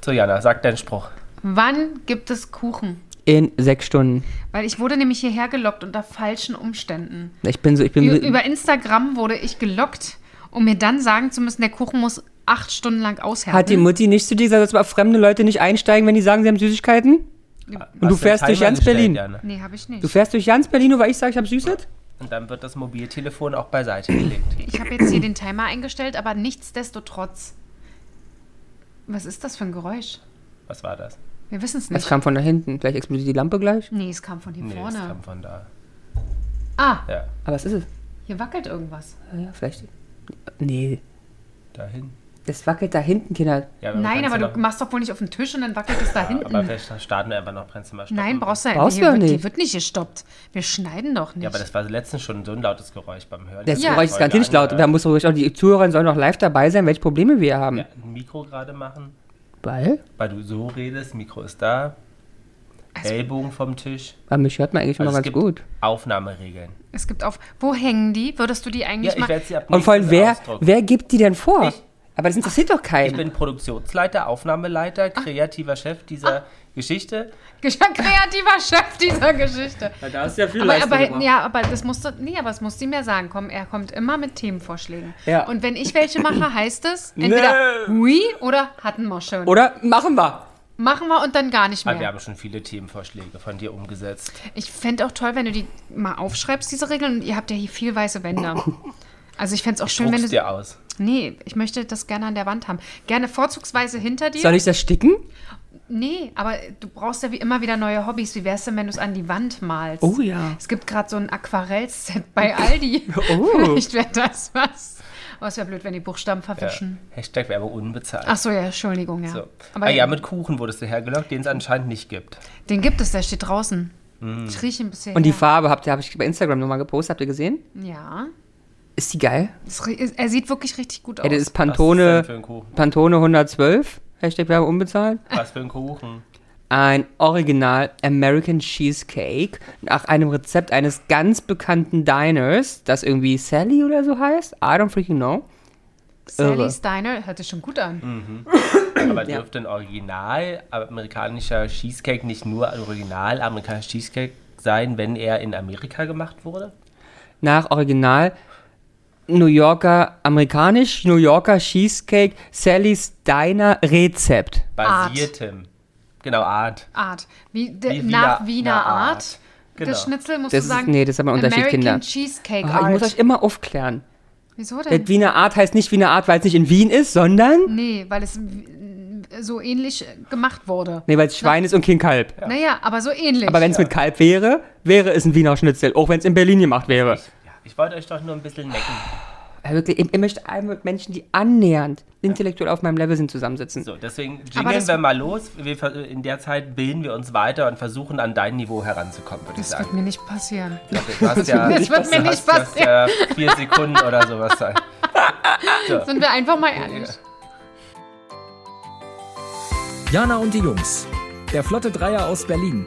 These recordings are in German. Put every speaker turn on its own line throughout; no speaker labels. So, Jana, sag deinen Spruch.
Wann gibt es Kuchen?
In sechs Stunden.
Weil ich wurde nämlich hierher gelockt unter falschen Umständen.
Ich bin so, ich bin
Ü-
so,
Über Instagram wurde ich gelockt, um mir dann sagen zu müssen, der Kuchen muss acht Stunden lang aushärten.
Hat die Mutti nicht zu dir gesagt, dass aber fremde Leute nicht einsteigen, wenn die sagen, sie haben Süßigkeiten?
Hast
du
den
fährst durch
Timer
ganz
gestellt,
Berlin.
Jana.
nee, habe ich nicht.
Du fährst durch ganz Berlin, nur weil ich sage, ich habe Süßes?
Und dann wird das Mobiltelefon auch beiseite gelegt.
Ich habe jetzt hier den Timer eingestellt, aber nichtsdestotrotz. Was ist das für ein Geräusch?
Was war das?
Wir wissen es
Das
nicht.
kam von da hinten. Vielleicht explodiert die Lampe gleich.
Nee, es kam von hier
Nee, das
vorne.
kam von da.
Ah,
Ja,
Aber was ist es?
hier wackelt irgendwas.
Ah Ja, vielleicht. Nee.
dahin.
Das wackelt da hinten, Kinder.
Ja,
Nein, aber
kannst
du
noch-
machst doch wohl nicht auf den Tisch und dann wackelt es da hinten.
Aber vielleicht starten wir einfach noch Prenzlmer Stocken.
Nein, brauchst du ja
Brauchst
hier
du ja
wird,
nicht.
Die wird nicht gestoppt. Wir schneiden doch nicht.
Ja, aber das war letztens schon so ein lautes Geräusch beim Hören.
Das
Ja.
Geräusch ist
Voll
garantiert nicht laut. Und da muss ruhig auch die Zuhörer sollen auch live dabei sein, welche Probleme wir haben.
Ja, äh, ein Mikro gerade machen,
Weil?
weil du so redest, Mikro ist da,
Also
Ellbogen vom Tisch.
Weil mich hört man eigentlich immer
Also es
ganz
gibt
gut.
Aufnahmeregeln.
es gibt auf. Wo hängen die? Würdest du die eigentlich
Ja, ich
mal.
werde sie ab
Und vor allem,
nächstes
wer,
ausdrucken.
wer gibt die denn vor?
Ich.
Aber das interessiert doch
Ich
keinen.
bin Produktionsleiter,
Ah.
Aufnahmeleiter, kreativer Chef dieser Geschichte.
Kreativer Chef dieser Geschichte.
da ist ja viel
Aber, aber, ja, aber das musst du, nee, aber das musst du ihm ja sagen. Komm, er kommt immer mit Themenvorschlägen.
Ja.
Und wenn ich welche mache, heißt es entweder hui oder hatten wir schon.
Oder machen wir.
Machen wir und dann gar nicht
Aber wir
mehr.
haben schon viele Themenvorschläge von dir umgesetzt.
Ich fände auch toll, wenn du die mal aufschreibst, diese Regeln. Und ihr habt ja hier viel weiße Wände. Also ich fände es auch schön, wenn
Druckst
du...
dir aus.
Nee, ich möchte das gerne an der Wand haben. Gerne vorzugsweise hinter dir.
Soll ich das sticken?
Nee, aber du brauchst ja wie immer wieder neue Hobbys. Wie wär's denn, wenn du es an die Wand malst?
Oh ja.
Es gibt gerade so ein Aquarellset bei Aldi.
Oh.
Vielleicht wäre das was. Aber es wäre blöd, wenn die Buchstaben
Ja.
verwischen.
Hashtag Werbung unbezahlt.
Ach so, ja, Entschuldigung, ja.
so.
Aber
ah, ja, mit Kuchen wurdest du hergelockt, den es anscheinend nicht gibt.
den gibt es, der steht draußen. Ich rieche ein bisschen.
Hm. Und die
her.
Farbe habt ihr, habe ich bei Instagram nochmal gepostet, habt ihr gesehen?
Ja.
Ist die geil?
Es rie- es- er sieht wirklich richtig gut aus.
Ey, das ist
Was
Pantone,
ist denn für ein Kuchen?
Pantone 112. Hashtag Werbe unbezahlt.
Was für ein Kuchen?
Ein Original American Cheesecake nach einem Rezept eines ganz bekannten Diners, das irgendwie Sally oder so heißt. I don't freaking know. irre. Hm.
Sally Steiner hört sich schon gut an.
Aber dürfte ein original amerikanischer Cheesecake nicht nur ein original amerikanischer Cheesecake sein, wenn er in Amerika gemacht wurde?
Nach Original New Yorker, amerikanisch New Yorker Cheesecake Sally's Diner Rezept.
Basiertem. Genau, Art.
Art. Wie, de,
Wie Wiener-
nach Wiener
na,
Art.
Art.
Das
Genau.
Schnitzel musst
Das
du
ist-
sagen.
nee, das ist aber ein Unterschied,
American
Kinder.
Cheesecake
Ah,
Art.
ich muss euch immer aufklären.
Wieso
Das
denn?
Wiener Art heißt nicht Wiener Art, weil es nicht in Wien ist, sondern.
Nee, weil es äh, so ähnlich äh, gemacht wurde.
Nee, weil es Schwein ist und kein Kalb.
Naja, aber so ähnlich.
Aber wenn es mit Kalb wäre, wäre es ein Wiener Schnitzel, auch wenn es in Berlin gemacht wäre.
Ja, ich wollte euch doch nur ein bisschen necken.
Ja, wirklich, ich, ich möchte einmal mit Menschen, die annähernd intellektuell auf meinem Level sind, zusammensitzen.
So, deswegen
Aber
jingeln
das-
wir mal los. Wir, ver- in der Zeit bilden wir uns weiter und versuchen, an dein Niveau heranzukommen, würde ich
das wird
sagen. Also,
mir nicht passieren.
Du hast ja,
Das wird mir
du
nicht
hast, du hast ja vier Sekunden oder sowas sein.
Sind wir einfach mal ehrlich.
Jana und die Jungs. Der Flotte Dreier aus Berlin.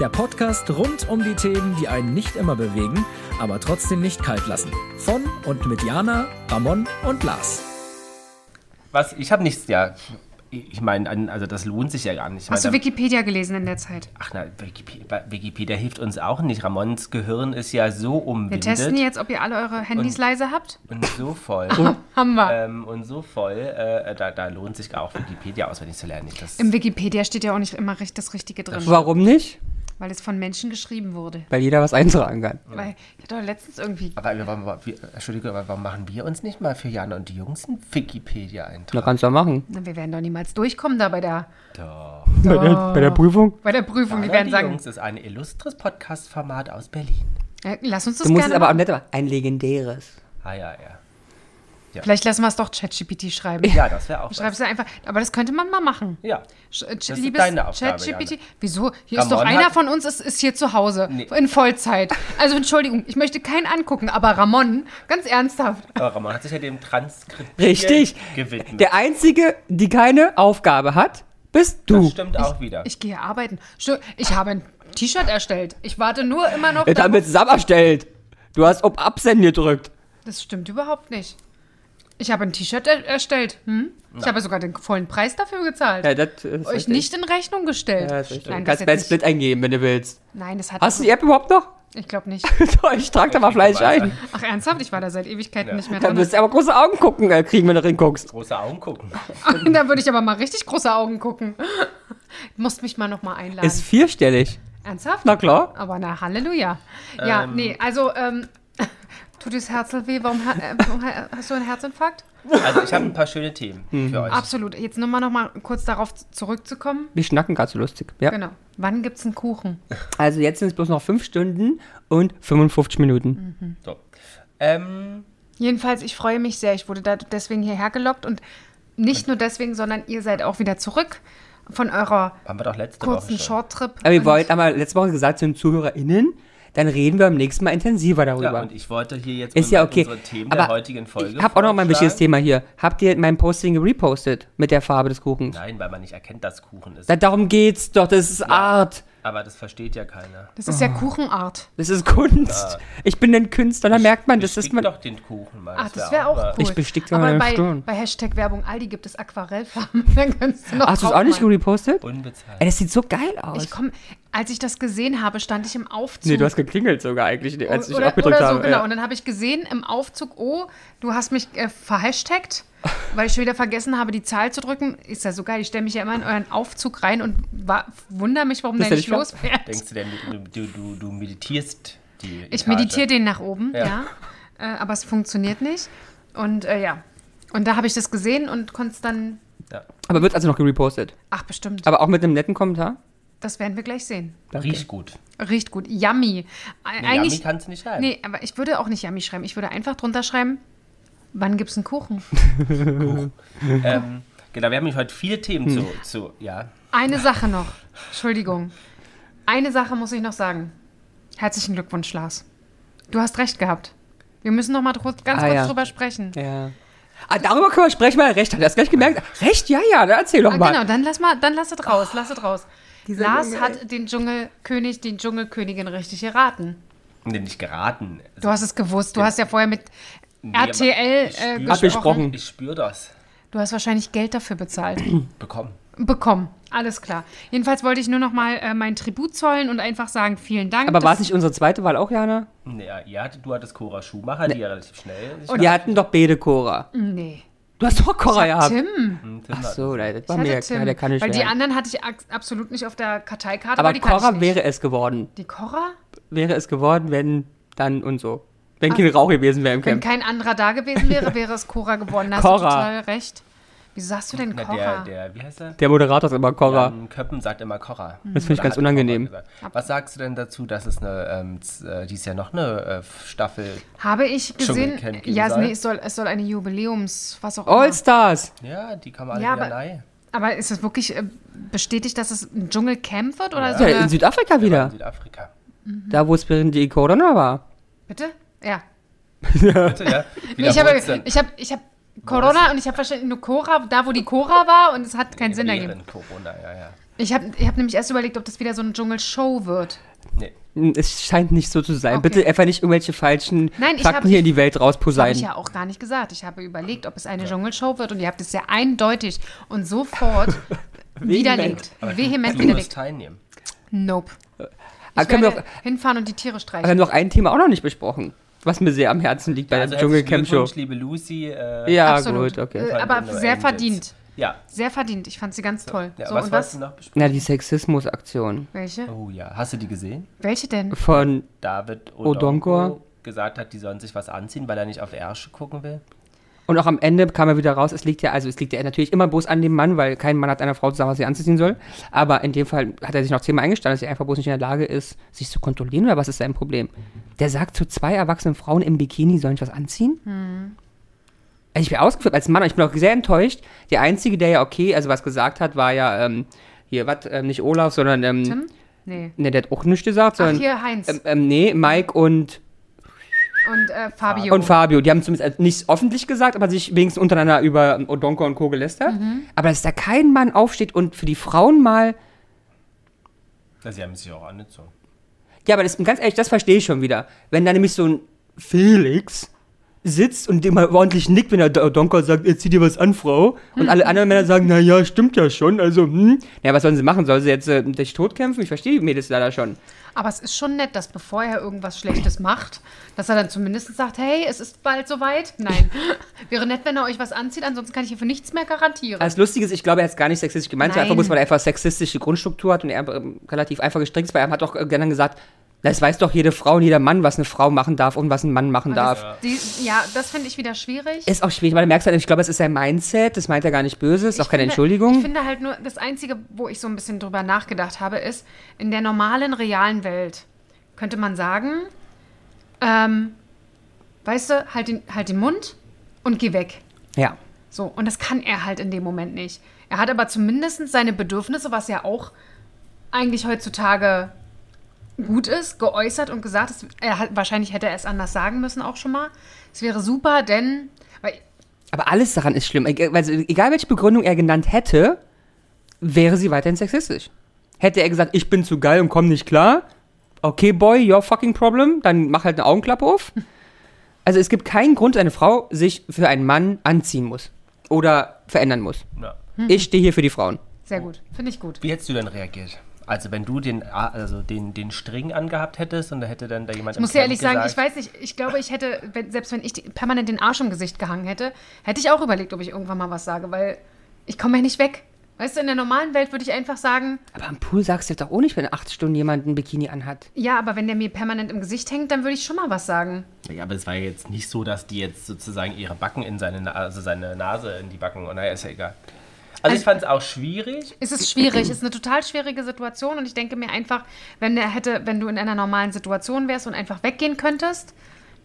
Der Podcast rund um die Themen, die einen nicht immer bewegen, aber trotzdem nicht kalt lassen. Von und mit Jana, Ramon und Lars.
Was? Ich habe nichts, ja. Ich meine, an- also das lohnt sich ja gar nicht. Ich
Hast du
meine,
Wikipedia gelesen in der Zeit?
Ach na, Wikipedia, Wikipedia hilft uns auch nicht. Ramons Gehirn ist ja so
Wir
umwindet
testen Oh. jetzt, ob ihr alle eure Handys leise habt.
und so voll.
Haben wir.
ähm, und so voll, äh, da, da lohnt sich auch Wikipedia auswendig zu lernen. Nicht das
Im Wikipedia steht ja auch nicht immer richtig das Richtige drin,
Warum nicht?
weil es von Menschen geschrieben wurde.
Weil jeder was eintragen kann.
Weil ich hatte doch letztens irgendwie.
aber wir- warum, wir, Entschuldigung, aber warum machen wir uns nicht mal für Jan und die Jungs einen Wikipedia-Eintrag?
Da kannst du ja machen.
Na, wir werden doch niemals durchkommen da bei der,
Doch.
Bei, der, bei der Prüfung.
bei der Prüfung. Die
Jan
werden
die
sagen,
Jungs ist ein illustres Podcast-Format aus Berlin.
äh, lass uns das
Du musst es
gerne
aber auch
machen.
nett machen. Ein legendäres.
Ah ja, ja.
Vielleicht lassen wir es doch ChatGPT schreiben.
Ja, das wäre auch was.
Schreib's ja einfach. Aber das könnte man mal machen.
Ja.
Sch- äh,
Das ist
Liebes
deine Aufgabe,
ChatGPT.
Jana.
Wieso? Hier ist
Ramon
doch einer
hat-
von uns ist, ist hier zu Hause in Vollzeit. Also Entschuldigung, ich möchte keinen angucken, aber Ramon, ganz ernsthaft.
Aber Ramon hat sich ja dem Transkript
Richtig.
gewidmet.
Der einzige, die keine Aufgabe hat, bist du.
das stimmt auch wieder.
Ich gehe arbeiten. Stu- Ich habe ein T-Shirt erstellt. Ich warte nur immer noch.
Jetzt haben wir zusammengestellt. Du hast ob Absenden gedrückt.
das stimmt überhaupt nicht. Ich habe ein T-Shirt er erstellt. Hm? Ich habe sogar den vollen Preis dafür gezahlt.
Ja, das ist
Euch
richtig.
nicht in Rechnung gestellt.
Ja, das ist
Nein,
Nein,
das
Kannst bei
jetzt nicht.
Split eingeben, wenn du willst.
Nein, das hat.
Hast du die App überhaupt noch?
ich glaube nicht.
ich trag da mal Fleisch ein.
Ach, ernsthaft? Ich war da seit Ewigkeiten nicht mehr
Da
drin.
wirst du aber große Augen gucken äh, kriegen, wenn du reinguckst.
Große Augen gucken.
da würde ich aber mal richtig große Augen gucken. Musst mich mal nochmal einladen.
Ist vierstellig.
Ernsthaft?
Na klar.
Aber na, Halleluja. Ja, nee, also, ähm, tut dir das Herz weh? Warum, ha- äh, warum ha- hast du einen Herzinfarkt?
Also ich habe ein paar schöne Themen
Mhm.
für euch.
Absolut. Jetzt nochmal noch mal kurz darauf z- zurückzukommen.
Wir schnacken gerade so lustig. Ja.
Genau. Wann gibt's einen Kuchen?
Also jetzt sind es bloß noch 5 Stunden und 55
Mhm.
Minuten.
So. Ähm,
Jedenfalls, ich freue mich sehr. Ich wurde da deswegen hierher gelockt und nicht nur deswegen, sondern ihr seid auch wieder zurück von eurer
haben wir doch letzte
kurzen
Woche schon.
Shorttrip.
Genau, Aber wir
Und-
wollten aber letzte Woche gesagt zu den ZuhörerInnen, dann reden wir beim nächsten Mal intensiver darüber.
Ja, und ich wollte hier jetzt
ist ja
unbedingt
okay.
unsere Themen
aber
der heutigen Folge
ich habe auch noch mal ein
vorschlagen.
wichtiges Thema hier. Habt ihr mein Posting gepostet mit der Farbe des Kuchens?
Nein, weil man nicht erkennt, dass Kuchen ist.
Da, darum geht's doch. Das ist Art.
Aber das versteht ja keiner.
Das ist ja
Oh.
Kuchenart.
Das ist Kunst. Ich bin ein Künstler, da merkt man, das ist
Bestick
man.
doch den Kuchen mal.
Ach, Ah,
wär
das wäre auch cool.
Ich bestick dir
Aber
meine
bei,
Stirn.
bei Hashtag Werbung Aldi gibt es Aquarellfarben. Dann kannst du noch
Hast du es auch nicht
draufmalen.
gepostet?
Unbezahlt.
Ey, das sieht so geil aus.
Ich komm, als ich das gesehen habe, stand ich im Aufzug.
nee, du hast geklingelt sogar eigentlich, als ich
oder,
abgedrückt
oder so,
habe.
genau.
Ja.
Und dann habe ich gesehen im Aufzug, oh, du hast mich äh, verhashtagt, weil ich schon wieder vergessen habe, die Zahl zu drücken. Ist ja so geil. Ich stelle mich ja immer in euren Aufzug rein und wa- wunder mich, warum
Dass
der
der
nicht
nicht
losfährt.
Denkst du denn, du, du, du, du meditierst die
Ich
Etage?
meditiere den nach oben, ja.
Ja.
Äh, aber es funktioniert nicht. Und äh, ja. Und da habe ich das gesehen und konnte es dann.
Ja.
Aber wird also noch gepostet.
Ach, bestimmt.
Aber auch mit einem netten Kommentar.
Das werden wir gleich sehen.
Riecht gut.
Riecht gut. Yummy. Ä-
Nee,
Eigentlich.
Yummy kannst du nicht schreiben.
Nee, aber ich würde auch nicht Yummy schreiben. Ich würde einfach drunter schreiben, wann gibt's einen Kuchen?
Ähm, genau, wir haben nämlich heute viele Themen
Hm.
zu, zu. Ja,
Eine Sache noch. Entschuldigung. Eine Sache muss ich noch sagen. Herzlichen Glückwunsch, Lars. Du hast recht gehabt. Wir müssen noch mal dr ganz
Ah,
kurz
ja.
drüber sprechen.
Ja. Ah, darüber können wir sprechen, weil er recht hat. Er hat gleich gemerkt. Recht? Ja, ja, dann erzähl doch
Ah,
mal.
genau, dann lass mal, dann lass es raus, lass es raus.
Dieser
Lars
Junge,
hat den Dschungelkönig, die Dschungelkönigin richtig erraten.
nee, nicht geraten. Also
Du hast es gewusst. Du hast ja vorher mit
aber
RTL
ich
äh,
spür-
Abgesprochen.
gesprochen.
Ich spüre das.
Du hast wahrscheinlich Geld dafür bezahlt.
Bekommen.
Bekommen. Alles klar. Jedenfalls wollte ich nur noch mal äh, mein Tribut zollen und einfach sagen, vielen Dank.
Aber war es
Das-
nicht unsere zweite Wahl auch, Jana?
Nee, ja, ihr hattet, du hattest Cora Schumacher, die ja relativ schnell sich
Wir hatten doch beide Cora.
Mm, Nee.
Du hast doch Cora gehabt.
Mhm. Tim.
Tim
Ach
hat-
so, nein, das war
Ich hatte
mir ja
Tim,
klar, der kann nicht
weil die
werden.
anderen hatte ich ax- absolut nicht auf der Karteikarte,
Aber
weil die kann
Cora
ich nicht.
wäre es geworden.
die Cora?
Wäre es geworden, wenn dann und so. Wenn kein Rauch gewesen wäre im
Ah. Wenn
Camp.
kein anderer da gewesen wäre, wäre es Cora geworden. Da hast du
Cora.
total recht. Wieso sagst du denn
Na,
Cora?
der, der, wie heißt er?
Der Moderator ist immer Cora.
Jan Köppen sagt immer Cora.
Das finde ich
Oder
ganz
hat
unangenehm.
Cora gesagt. Was sagst du denn dazu, dass es eine, ähm, z- äh, dies Jahr noch eine äh, Staffel,
Habe ich gesehen.
Dschungelcamp geben
Ja,
soll.
nee, es soll, es soll eine Jubiläums, was auch immer.
All-Stars.
ja, die kann man alle
Ja,
wieder
aber-
rein.
Aber ist es wirklich äh, bestätigt, dass es ein Dschungelcamp wird? Oder so
Ja, in
eine,
Südafrika
In
wieder.
Südafrika.
Da, wo es während die Corona war.
bitte? Ja.
Bitte, ja?
Nee, ich habe,
Wiederhol's denn?
ich habe, ich habe Corona und ich habe wahrscheinlich nur Cora, da wo die Cora war und es hat keinen Sinn ergeben.
Während Corona, ja, ja.
Ich habe ich hab nämlich erst überlegt, ob das wieder so eine Dschungelshow wird.
Nee.
Hm, Es scheint nicht so zu sein.
Okay.
Bitte einfach nicht irgendwelche falschen
Nein, ich hab-
Fakten hier in die Welt
Habe ich
rausposeiden.
ja auch gar nicht gesagt. Ich habe überlegt, ob es eine Dschungelshow wird und ihr habt es ja eindeutig und sofort widerlegt. Vehement
Du musst
widerlegt.
teilnehmen.
Nope.
Ah,
Ich
können wir, auch,
werde
wir
hinfahren und die Tiere streichen.
haben noch ein Thema auch noch nicht besprochen, was mir sehr am Herzen liegt bei der
Also herzlichen
Dschungelcamp-Show.
Glückwunsch, liebe Lucy. äh,
Ja,
Absolut.
gut, okay.
Äh,
Fand
aber
in the
sehr
End
verdient.
jetzt. Ja.
Sehr verdient. Ich fand sie ganz toll.
ja
so,
was wolltest
und was?
du noch besprechen?
Na, die Sexismusaktion
Welche?
Oh ja, hast du die gesehen?
Welche denn?
von
David
Odonko.
Odonko, gesagt hat, die sollen sich was anziehen, weil er nicht auf Ärsche gucken will.
und auch am Ende kam er wieder raus. Es liegt ja also es liegt ja natürlich immer bloß an dem Mann, weil kein Mann hat einer Frau zu sagen, was sie anziehen soll. Aber in dem Fall hat er sich noch zehnmal eingestanden, dass er einfach bloß nicht in der Lage ist, sich zu kontrollieren oder was ist sein Problem? Der sagt zu zwei erwachsenen Frauen im Bikini, sollen ich was anziehen?
Hm.
Also ich bin ausgeflippt als Mann, aber ich bin auch sehr enttäuscht. Der Einzige, der ja okay, also was gesagt hat, war ja ähm, hier, was, ähm, nicht Olaf, sondern ähm,
Tim? Hm? Nee.
Ne, der hat auch nichts gesagt,
Ach,
sondern.
hier Heinz
ähm, ähm, nee, Mike und,
und äh, Fabio.
und Fabio. Die haben zumindest äh, nicht öffentlich gesagt, aber sich wenigstens untereinander über Odonko und Co. gelästert. Aber dass da kein Mann aufsteht und für die Frauen mal.
Na, Sie haben sich auch angezogen.
Ja, aber das ganz ehrlich, das verstehe ich schon wieder. Wenn da nämlich so ein Felix sitzt und immer ordentlich nickt, wenn der Do- Donker sagt, jetzt zieh dir was an, Frau. Und alle anderen Männer sagen, na ja, stimmt ja schon, also, hm. Ja, was sollen sie machen? Sollen sie jetzt äh, dich totkämpfen? Ich verstehe die Mädels leider schon.
Aber es ist schon nett, dass bevor er irgendwas Schlechtes macht, dass er dann zumindest sagt, hey, es ist bald soweit. Nein. Wäre nett, wenn er euch was anzieht, ansonsten kann ich hier für nichts mehr garantieren.
Also, Das Lustige ist, ich glaube, er hat es gar nicht sexistisch gemeint, sondern
Nein.
einfach bloß, weil er einfach sexistische Grundstruktur hat und er ähm, relativ einfach gestrickt ist, weil er hat auch äh, gerne gesagt, das weiß doch jede Frau und jeder Mann, was eine Frau machen darf und was ein Mann machen darf.
das, die, ja, das finde ich wieder schwierig.
Ist auch schwierig, weil du merkst halt, ich glaube, es ist sein Mindset, das meint er gar nicht böse, ist auch
Ich
keine
finde- Ich
Entschuldigung.
finde halt nur, das Einzige, wo ich so ein bisschen drüber nachgedacht habe, ist, in der normalen, realen Welt könnte man sagen, ähm, weißt du, halt den, halt den Mund und geh weg.
Ja.
So, und das kann er halt in dem Moment nicht. Er hat aber zumindest seine Bedürfnisse, was ja auch eigentlich heutzutage gut ist, geäußert und gesagt. Es, er hat, wahrscheinlich hätte er es anders sagen müssen auch schon mal. Es wäre super, denn, weil
Aber alles daran ist schlimm. Egal- Also, egal welche Begründung er genannt hätte, wäre sie weiterhin sexistisch. Hätte er gesagt, ich bin zu geil und komm nicht klar, okay, boy, your fucking problem, dann mach halt eine Augenklappe auf. Also es gibt keinen Grund, dass eine Frau sich für einen Mann anziehen muss oder verändern muss.
Ja.
Hm.
Ich stehe hier für die Frauen.
sehr gut, finde ich gut.
Wie hättest du denn reagiert? Also wenn du den, A- also den, den String angehabt hättest und da hätte dann da jemand
Ich muss dir ehrlich sagen, ich weiß nicht, ich glaube, ich hätte, wenn, selbst wenn ich die, permanent den Arsch im Gesicht gehangen hätte, hätte ich auch überlegt, ob ich irgendwann mal was sage, weil ich komme ja nicht weg. Weißt du, in der normalen Welt würde ich einfach sagen,
Aber am Pool sagst du doch auch nicht, wenn acht Stunden jemand ein Bikini anhat.
ja, aber wenn der mir permanent im Gesicht hängt, dann würde ich schon mal was sagen.
Ja, aber es war ja jetzt nicht so, dass die jetzt sozusagen ihre Backen in seine Nase, also seine Nase in die Backen, und naja, ist ja egal. Also, ich fand es auch schwierig.
Es ist schwierig, es ist eine total schwierige Situation und ich denke mir einfach, wenn er hätte, wenn du in einer normalen Situation wärst und einfach weggehen könntest,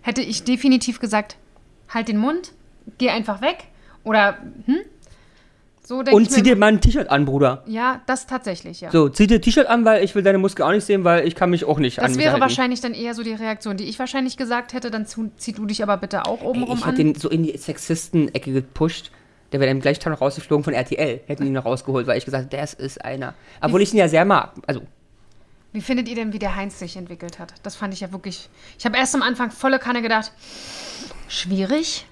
hätte ich definitiv gesagt, halt den Mund, geh einfach weg oder hm? So denke ich
Und zieh
mir.
dir mal ein T-Shirt an, Bruder.
ja, das tatsächlich, ja.
So, zieh dir ein T-Shirt an, weil ich will deine Muskeln auch nicht sehen, weil ich kann mich auch nicht an
das
mich
wäre
halten.
wahrscheinlich dann eher so die Reaktion, die ich wahrscheinlich gesagt hätte, dann zu, zieh du dich aber bitte auch
Ey,
obenrum
ich
an.
hätte den so in die Sexisten-Ecke gepusht. Der wäre dann gleich Tag noch rausgeflogen von RTL. Hätten ihn noch rausgeholt, weil ich gesagt habe, das ist einer. Obwohl ich ihn ja sehr mag. Also,
Wie findet ihr denn, wie der Heinz sich entwickelt hat? Das fand ich ja wirklich. Ich habe erst am Anfang volle Kanne gedacht, schwierig.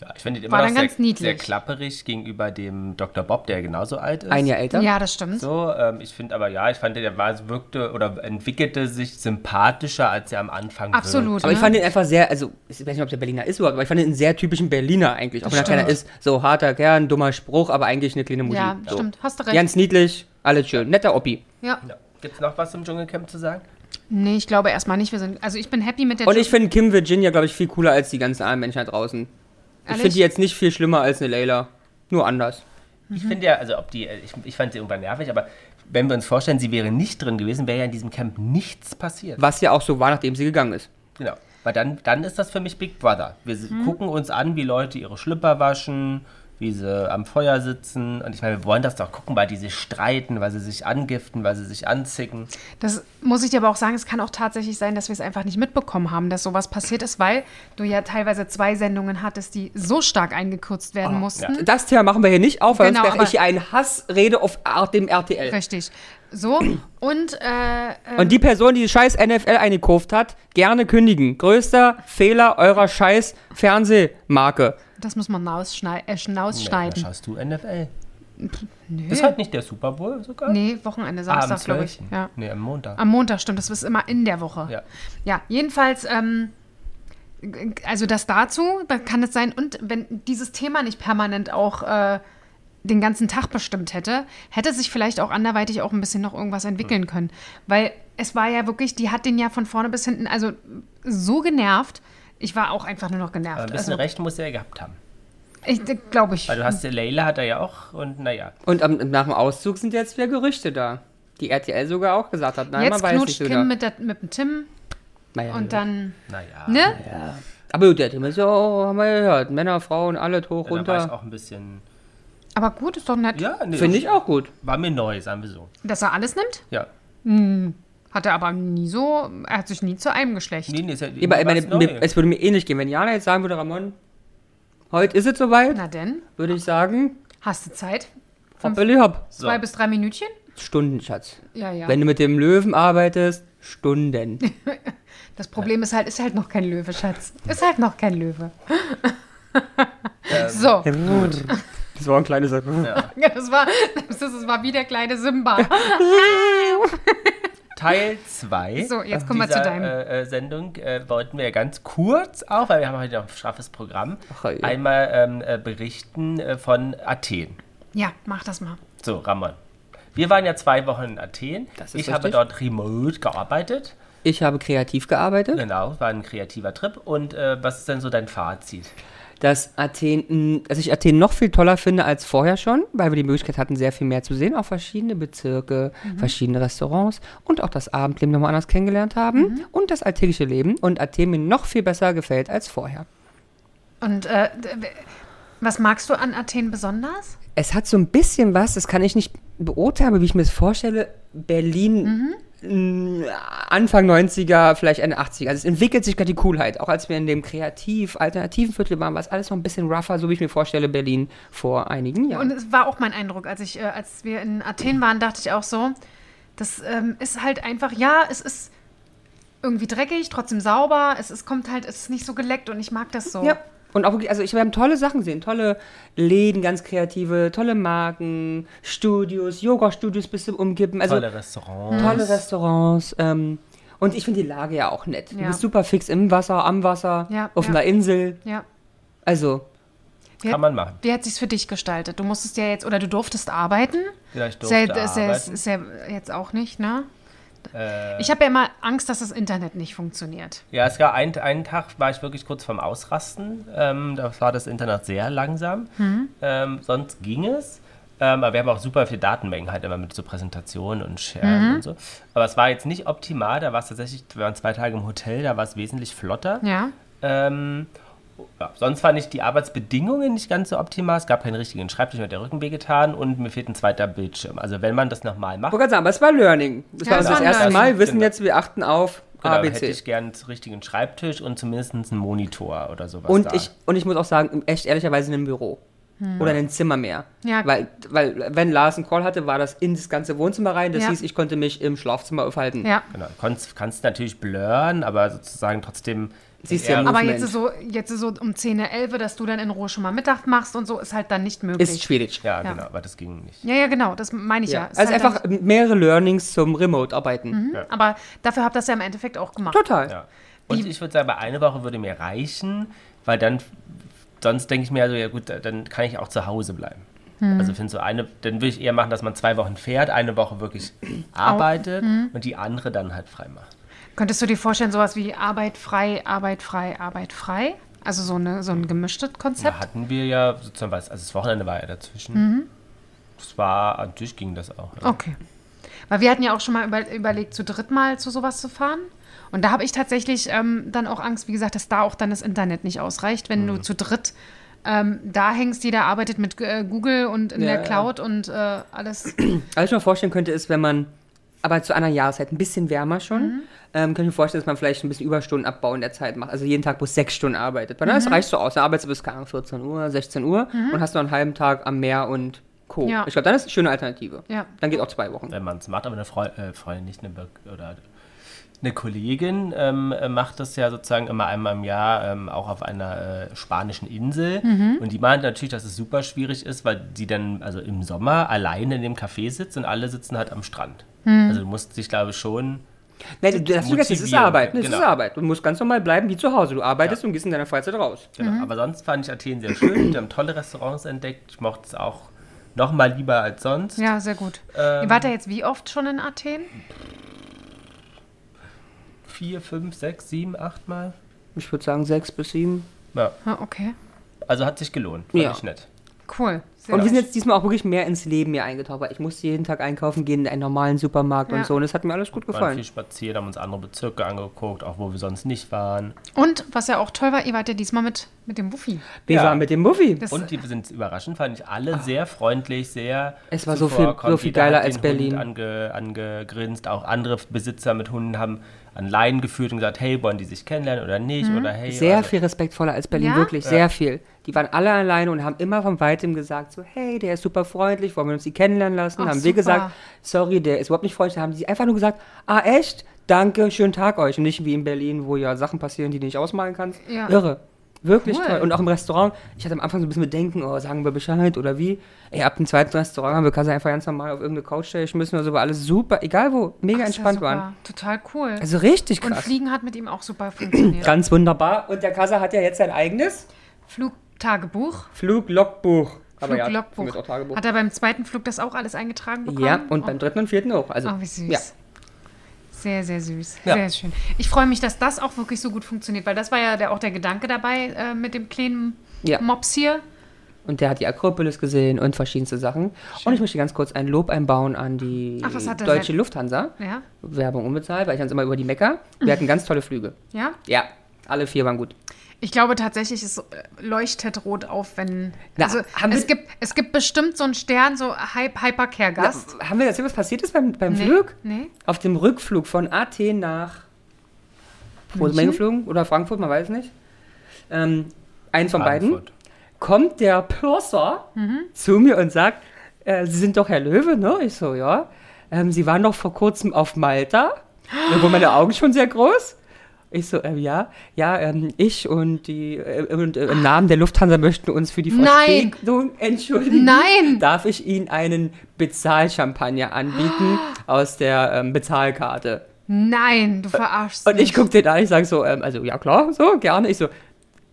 Ja, ich finde ihn
War
immer noch
dann
sehr,
ganz niedlich.
sehr klapperig gegenüber dem Dr. Bob, der genauso alt ist.
ein Jahr älter.
Ja, das stimmt.
So, ähm, ich finde aber ja, ich fand, der war, wirkte oder entwickelte sich sympathischer, als er am Anfang
Absolut.
wirkte.
Aber ich
ne?
fand ihn einfach sehr, also, ich weiß nicht, ob der Berliner ist überhaupt, aber ich fand ihn einen sehr typischen Berliner eigentlich. Auch wenn er keiner ist. So harter Kern, dummer Spruch, aber eigentlich eine kleine Mutti.
Ja,
so.
stimmt. Hast du recht.
Ganz niedlich, alles schön. Netter Oppi.
ja.
Ja. Gibt es noch was zum Dschungelcamp zu sagen?
Nee, ich glaube erstmal nicht. Wir sind, also ich bin happy mit der
Und ich finde Kim Virginia, glaube ich, viel cooler als die ganzen anderen Menschen da draußen. Ich
Ehrlich?
finde die jetzt nicht viel schlimmer als eine Layla. Nur anders.
Ich finde ja, also ob die, ich, ich fand sie irgendwann nervig, aber wenn wir uns vorstellen, sie wäre nicht drin gewesen, wäre ja in diesem Camp nichts passiert.
Was ja auch so war, nachdem sie gegangen ist.
Genau. Weil dann, dann ist das für mich Big Brother. Wir s- gucken uns an, wie Leute ihre Schlüpper waschen, wie sie am Feuer sitzen. Und ich meine, wir wollen das doch gucken, weil die sich streiten, weil sie sich angiften, weil sie sich anzicken.
das muss ich dir aber auch sagen, es kann auch tatsächlich sein, dass wir es einfach nicht mitbekommen haben, dass sowas passiert ist, weil du ja teilweise zwei Sendungen hattest, die so stark eingekürzt werden mussten.
Das Thema machen wir hier nicht auf, weil
Genau,
sonst wäre
aber-
ich hier einen Hassrede auf Art dem RTL.
Richtig. So, und äh, äh,
Und die Person, die die scheiß NFL eingekauft hat, gerne kündigen. Größter Fehler eurer scheiß Fernsehmarke.
das muss man rausschnei- äh,
Da
schnausschneiden.
schaust du NFL.
Nö.
Ist heute nicht der Super Bowl sogar?
Nee, Wochenende,
Ah, am
Samstag, glaube ich.
12..
Ja. Ah.
Nee, am Montag.
Am Montag, stimmt. Das ist immer in der Woche.
Ja.
Ja, jedenfalls, ähm, g- also das dazu, da kann es sein, und wenn dieses Thema nicht permanent auch äh, den ganzen Tag bestimmt hätte, hätte sich vielleicht auch anderweitig auch ein bisschen noch irgendwas entwickeln können. Weil es war ja wirklich, die hat den ja von vorne bis hinten, also so genervt. Ich war auch einfach nur noch
aber ein
genervt.
bisschen
Also,
Recht Also muss er ja gehabt haben.
ich glaube ich.
Weil du hast, Leila hat er ja auch und naja.
Und am, nach dem Auszug sind jetzt wieder Gerüchte da. Die RTL sogar auch gesagt hat, nein,
Jetzt
man weiß nicht
knutscht
so genau.
Kim mit, der, mit dem Tim
naja,
und dann,
Naja.
ne?
Aber gut, der Thema ist ja, oh, haben wir ja gehört. Männer, Frauen, alle hoch,
Da war ich
runter.
auch ein bisschen.
Aber gut, ist doch nett,
Ja, nee,
Finde ich auch gut.
War mir neu, sagen wir so.
dass er alles nimmt.
Ja.
Hat er aber nie so, er hat sich nie zu einem Geschlecht.
Nee, nee, ist ja
Ich meine,
war's neu.
mir, es würde mir ähnlich gehen, wenn Jana jetzt sagen würde, Ramon, heute ist es soweit,
Na denn,
würde ich sagen,
hast du Zeit?
hoppeli hopp.
So.
Zwei bis drei Minütchen?
Stunden, Schatz.
Ja, ja.
Wenn du mit dem Löwen arbeitest, Stunden.
Das Problem ist halt, ist halt noch kein Löwe, Schatz. Ist halt noch kein Löwe. so,
Das war ein kleines. Ähm, Ja.
ja, das war, das, ist- das war wie der kleine Simba.
Teil 2
So, jetzt kommen wir zu deinem.
Äh, äh, Sendung äh, wollten wir ganz kurz auch, weil wir haben heute noch ein straffes Programm,
Ach, ey.
einmal ähm, äh, berichten äh, von Athen.
Ja, mach das mal.
So, Ramon. Wir waren ja zwei Wochen in Athen.
Das ist
ich habe
richtig.
dort remote gearbeitet.
Ich habe kreativ gearbeitet.
Genau, war ein kreativer Trip. Und äh, was ist denn so dein Fazit?
dass Athen, mh, dass ich Athen noch viel toller finde als vorher schon, weil wir die Möglichkeit hatten, sehr viel mehr zu sehen, auch verschiedene Bezirke, verschiedene Restaurants und auch das Abendleben nochmal anders kennengelernt haben und das alltägliche Leben und Athen mir noch viel besser gefällt als vorher.
Und äh, d- w- was magst du an Athen besonders?
Es hat so ein bisschen was, das kann ich nicht beurteilen, aber wie ich mir das vorstelle, Berlin mh, Anfang 90er, vielleicht Ende 80er. Also es entwickelt sich gerade die Coolheit. Auch als wir in dem kreativ alternativen Viertel waren, war es alles noch ein bisschen rougher, so wie ich mir vorstelle, Berlin vor einigen Jahren.
Und es war auch mein Eindruck, als ich, äh, als wir in Athen waren, dachte ich auch so, das ähm, ist halt einfach, ja, es ist irgendwie dreckig, trotzdem sauber, es ist, kommt halt, es ist nicht so geleckt und ich mag das so.
Ja. Und auch wirklich, also ich, wir haben tolle Sachen gesehen, tolle Läden, ganz kreative, tolle Marken, Studios, Yoga-Studios bis zum Umkippen, also tolle,
Tolle Restaurants.
Restaurants. Ähm, und ich finde die Lage ja auch nett. Du
Ja.
bist super fix im Wasser, am Wasser,
Ja,
auf
ja.
einer Insel.
Ja.
Also,
Wie,
Kann man machen.
wie hat sich's für dich gestaltet? Du musstest ja jetzt, oder du durftest arbeiten.
Ja, ich durfte
Ist ja, ist, ja, ist,
arbeiten. Äh.
ist ja jetzt auch nicht, ne? Ich habe ja immer Angst, dass das Internet nicht funktioniert.
Ja, es gab einen, einen Tag, war ich wirklich kurz vorm Ausrasten. Ähm, da war das Internet sehr langsam.
Mhm.
Ähm, sonst ging es. Ähm, aber wir haben auch super viel Datenmengen halt immer mit so Präsentationen und Scheren
Mhm.
und so. Aber es war jetzt nicht optimal. Da war es tatsächlich, wir waren zwei Tage im Hotel, da war es wesentlich flotter.
Ja.
Ähm, ja, sonst fand ich die Arbeitsbedingungen nicht ganz so optimal. Es gab keinen richtigen Schreibtisch, mir hat der Rücken wehgetan und mir fehlt ein zweiter Bildschirm. Also wenn man das nochmal macht,
ich wollte gerade sagen, aber es war Learning. Das
Ja,
war
es
also
war
das erste
Learning.
Mal. Wir wissen
Genau.
jetzt, wir achten auf
genau, hätte
ABC.
ich gern einen richtigen Schreibtisch und zumindest einen Monitor oder sowas.
Und
da.
ich, und ich muss auch sagen, echt ehrlicherweise in einem Büro. Oder in einem Zimmer mehr.
Hm. Ja.
Weil, weil, wenn Lars einen Call hatte, war das in das ganze Wohnzimmer rein. Das
Ja.
hieß, ich konnte mich im Schlafzimmer aufhalten.
Ja.
Genau, du kannst, kannst natürlich blurren, aber sozusagen trotzdem.
Siehst
eher-
ja nur-
Aber
Movement.
jetzt ist, so, jetzt ist so um 10, 11, dass du dann in Ruhe schon mal Mittag machst und so, ist halt dann nicht möglich.
Ist schwierig.
Ja,
Ja.
genau, aber das ging nicht.
ja, ja, genau, das meine ich ja.
Ja.
Ist
Also
halt Mhm.
einfach mehrere Learnings zum Remote-Arbeiten.
Dann, aber dafür habt ihr das ja im Endeffekt auch gemacht.
Total.
Ja. Und ich würde sagen, aber eine Woche würde mir reichen, weil dann, sonst denke ich mir, also ja gut, dann kann ich auch zu Hause bleiben.
Hm.
Also finde so eine, dann würde ich eher machen, dass man zwei Wochen fährt, eine Woche wirklich arbeitet
Hm.
und die andere dann halt frei macht.
Könntest du dir vorstellen, sowas wie Arbeit frei, Arbeit frei, Arbeit frei? Also so, eine, so ein gemischtes
Da
Konzept?
hatten wir ja sozusagen was, also das Wochenende war ja
Hm.
dazwischen. Das war, natürlich ging das auch. Ja.
Okay. Weil wir hatten ja auch schon mal über, überlegt, zu dritt mal zu sowas zu fahren. Und da habe ich tatsächlich ähm, dann auch Angst, wie gesagt, dass da auch dann das Internet nicht ausreicht, wenn
Mhm.
du zu dritt ähm, da hängst, jeder arbeitet mit äh, Google und in
Ja,
der
ja.
Cloud und äh, alles.
Was ich mir vorstellen könnte, ist, wenn man, aber zu einer Jahreszeit ein bisschen wärmer schon, ähm, könnte ich mir vorstellen, dass man vielleicht ein bisschen Überstunden abbauen in der Zeit macht. Also jeden Tag bloß sechs Stunden arbeitet. Weil dann das reicht so aus. Dann arbeitest du bis keine Ahnung, 14 Uhr, 16 Uhr und hast noch einen halben Tag am Meer und Co.
Ja.
Ich glaube, dann ist eine schöne Alternative.
Ja.
Dann geht auch zwei Wochen.
wenn man es macht, aber eine Freu äh, Freundin, nicht eine Be oder eine Kollegin ähm, äh, macht das ja sozusagen immer einmal im Jahr ähm, auch auf einer äh, spanischen Insel. Und die meint natürlich, dass es super schwierig ist, weil sie dann also im Sommer alleine in dem Café sitzt und alle sitzen halt am Strand. Also du musst dich, glaube ich, schon.
Nein, du du darfst vergessen, es ist
Motivieren,
Arbeit. ne, Es
genau.
ist Arbeit. Du musst ganz normal bleiben wie zu Hause. Du arbeitest und gehst in deiner Freizeit raus.
Genau. Aber sonst fand ich Athen sehr schön. Wir haben tolle Restaurants entdeckt. Ich mochte es auch noch mal lieber als sonst.
Ja, sehr gut.
Ähm.
Ihr wart ja jetzt wie oft schon in Athen?
Vier, fünf, sechs, sieben, acht Mal.
Ich würde sagen sechs bis sieben.
Ja.
Ah, Okay,
Also hat sich gelohnt. Fand
Ja.
ich nett.
cool. Sehr
Und wir
gut.
sind jetzt diesmal auch wirklich mehr ins Leben hier eingetaucht, weil ich musste jeden Tag einkaufen gehen in einen normalen Supermarkt
Ja.
und so. Und es hat mir alles gut
Wir waren
gefallen.
viel spaziert, haben uns andere Bezirke angeguckt, auch wo wir sonst nicht waren.
und was ja auch toll war, ihr wart ja diesmal mit, mit dem Wuffi.
Wir
Ja.
waren mit dem Buffy.
Das-
Und die sind überraschend, fand ich alle sehr freundlich, sehr.
Ah. Es war so
zuvorkommend.
viel- so viel
Jeder hat
geiler
halt den
als Berlin.
Hund ange, angegrinst. Auch andere Besitzer mit Hunden haben an Leinen geführt und gesagt, hey, wollen die sich kennenlernen oder nicht? Oder hey.
Mhm. Sehr
also,
viel respektvoller als Berlin,
Ja?
wirklich, sehr viel. Die waren alle alleine und haben immer von weitem gesagt, so, hey, der ist super freundlich, wollen wir uns die kennenlernen lassen?
Ach,
haben wir
super.
gesagt, sorry, der ist überhaupt nicht freundlich. Da haben die einfach nur gesagt, ah, echt? Danke, schönen Tag euch. Und nicht wie in Berlin, wo ja Sachen passieren, die du nicht ausmalen kannst.
Ja.
Irre. Wirklich
Cool.
toll. Und auch im Restaurant, ich hatte am Anfang so ein bisschen Bedenken, oh, sagen wir Bescheid oder wie. Ey, ab dem zweiten Restaurant haben wir Kasse einfach ganz normal auf irgendeine Couch geschmissen oder so, war alles super, egal wo, mega
Ach, ist ja
entspannt
super.
waren.
Total cool.
Also richtig
und
krass.
Fliegen hat mit ihm auch super funktioniert.
Ganz wunderbar. Und der Kasse hat ja jetzt sein eigenes
Flugtagebuch,
Fluglogbuch. Aber ja,
Fluglogbuch.
zumindest auch Tagebuch.
hat er beim zweiten Flug das auch alles eingetragen bekommen?
Ja, und
Oh.
beim dritten und vierten auch. Also,
Oh, wie süß.
Ja.
Sehr, sehr süß.
Ja.
Sehr schön. Ich freue mich, dass das auch wirklich so gut funktioniert, weil das war ja der, auch der Gedanke dabei äh, mit dem kleinen
Ja.
Mops hier.
Und der hat die Akropolis gesehen und verschiedenste Sachen. Und ich möchte ganz kurz ein Lob einbauen an die
Ach, was hat er
deutsche
denn?
Lufthansa.
Ja?
Werbung unbezahlt, weil ich ganz immer über die Mecker. Wir hatten ganz tolle Flüge.
Ja?
Ja, alle vier waren gut.
Ich glaube tatsächlich, es äh, leuchtet rot auf, wenn.
Na,
also,
haben
es,
wir-
gibt, es gibt bestimmt so einen Stern, so Hy- Hypercare-Gast.
Na, haben wir erzählt, was passiert ist beim, beim
Nee,
Flug?
nee.
Auf dem Rückflug von Athen nach. Wo sind wir hingeflogen? Oder Frankfurt, man weiß nicht. Ähm, eins von beiden.
Frankfurt.
kommt der Purser zu mir und sagt, äh, Sie sind doch Herr Löwe, ne? Ich so, ja. Ähm, Sie waren doch vor kurzem auf Malta. Da wurden meine Augen schon sehr groß. Ich so, ähm, ja, ja, ähm, ich und die äh, und, äh, im Namen der Lufthansa möchten uns für die
Nein.
Verspätung entschuldigen.
Nein.
Darf ich Ihnen einen Bezahlchampagner anbieten aus der ähm, Bezahlkarte?
Nein, du verarschst.
Und
mich.
ich guck den an, ich sag so, ähm, also ja klar, so, gerne. Ich so,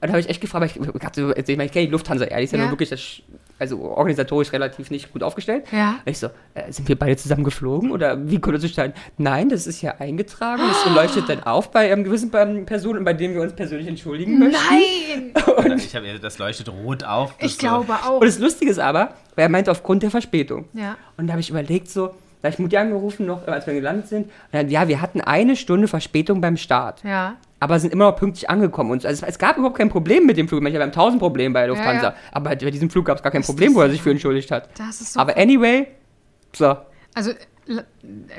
dann habe ich echt gefragt, weil ich, ich, hatte so- also, ich, meine, ich kenne die Lufthansa ehrlich, die ist ja
Ja.
nur wirklich das, sch- also organisatorisch relativ nicht gut aufgestellt.
Ja.
Ich so, äh, sind wir beide zusammen geflogen oder wie konnte das zustande? Nein, das ist ja eingetragen, das leuchtet dann auf bei ähm, gewissen ähm, Personen, bei denen wir uns persönlich entschuldigen möchten.
Nein!
Ich habe das leuchtet rot auf. das
Ich glaube auch.
Und das Lustige ist aber, weil er meinte aufgrund der Verspätung.
Ja.
Und da habe ich überlegt so, da habe ich Mutti angerufen noch, äh, als wir gelandet sind. Und dann, ja, wir hatten eine Stunde Verspätung beim Start.
Ja.
aber sind immer noch pünktlich angekommen. Und also es, es gab überhaupt kein Problem mit dem Flug. Ich meine, Wir haben tausend Probleme bei Lufthansa.
Ja, ja.
Aber bei diesem Flug gab es gar kein Problem, wo er sich für entschuldigt hat.
Das ist so.
Aber anyway, so.
also, l-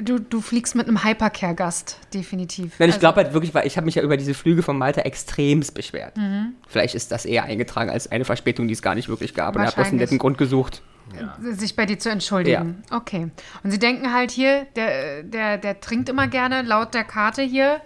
du, du fliegst mit einem Hypercare-Gast, definitiv.
Nein, ich
also,
glaube halt wirklich, weil ich habe mich ja über diese Flüge von Malta extremst beschwert.
Mhm.
Vielleicht ist das eher eingetragen als eine Verspätung, die es gar nicht wirklich gab. Und er hat bloß einen
Wahrscheinlich.
netten Grund gesucht.
äh, sich bei dir zu entschuldigen. Okay. Und sie denken halt hier, der, der, der trinkt immer gerne laut der Karte hier.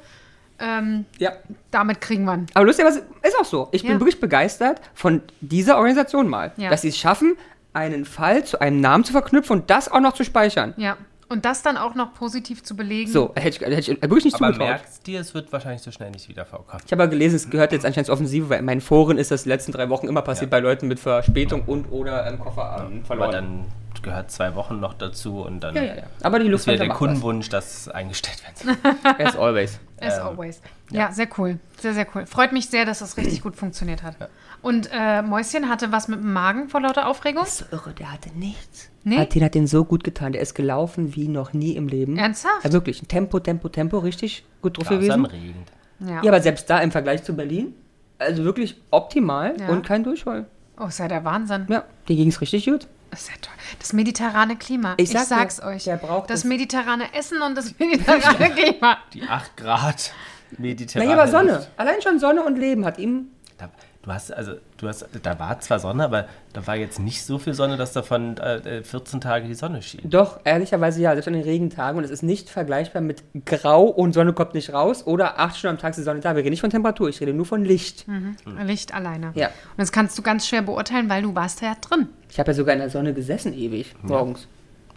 Ähm,
Ja.
damit kriegen wir ihn.
Aber lustig, aber es ist auch so. Ich bin
Ja.
wirklich begeistert von dieser Organisation mal.
Ja.
Dass sie es schaffen, einen Fall zu einem Namen zu verknüpfen und das auch noch zu speichern.
Ja. Und das dann auch noch positiv zu belegen.
So, hätte ich, hätte ich wirklich nicht
Aber
zugetraut.
merkst dir, es wird wahrscheinlich so schnell nicht wieder vorkommen.
Ich habe ja gelesen, es gehört jetzt anscheinend zur Offensive, weil in meinen Foren ist das die letzten drei Wochen immer passiert bei Leuten mit Verspätung und oder ähm, Koffer ähm,
Aber
verloren.
dann gehört zwei Wochen noch dazu und dann
ja, ja, ja. Aber die
ist wieder
Lufthansa
der
macht
Kundenwunsch, dass eingestellt wird.
das. As always.
As always. Ja. sehr cool. Sehr, sehr cool. Freut mich sehr, dass das richtig gut funktioniert hat. Und äh, Mäuschen hatte was mit dem Magen vor lauter Aufregung?
So irre, der hatte nichts.
Nee?
Hat, den hat den so gut getan. Der ist gelaufen wie noch nie im Leben.
Ernsthaft?
Ja, wirklich. Tempo, Tempo, Tempo. Richtig gut drauf
Außer im
gewesen.
Regen.
Ja.
Ja, aber selbst da im Vergleich zu Berlin, also wirklich optimal
Ja.
und kein Durchfall.
oh, ist ja der Wahnsinn.
Ja, dir ging es richtig gut.
Ist ja toll. Das mediterrane Klima.
Ich
Ich,
sag dir,
sag's euch.
der braucht
das
es.
mediterrane Essen und das mediterrane Klima.
Die 8 Grad mediterrane
Na, hier war Sonne.
Luft.
Allein schon Sonne und Leben hat ihm
Da, du hast, also, du hast, da war zwar Sonne, aber da war jetzt nicht so viel Sonne, dass davon äh, äh, 14 Tage die Sonne schien.
Doch, ehrlicherweise ja, selbst an den Regentagen. Und es ist nicht vergleichbar mit grau und Sonne kommt nicht raus oder acht Stunden am Tag ist die Sonne da. Wir reden nicht von Temperatur, ich rede nur von Licht.
Hm. Licht alleine.
Ja.
Und das kannst du ganz schwer beurteilen, weil du warst ja drin.
Ich habe ja sogar in der Sonne gesessen ewig, morgens.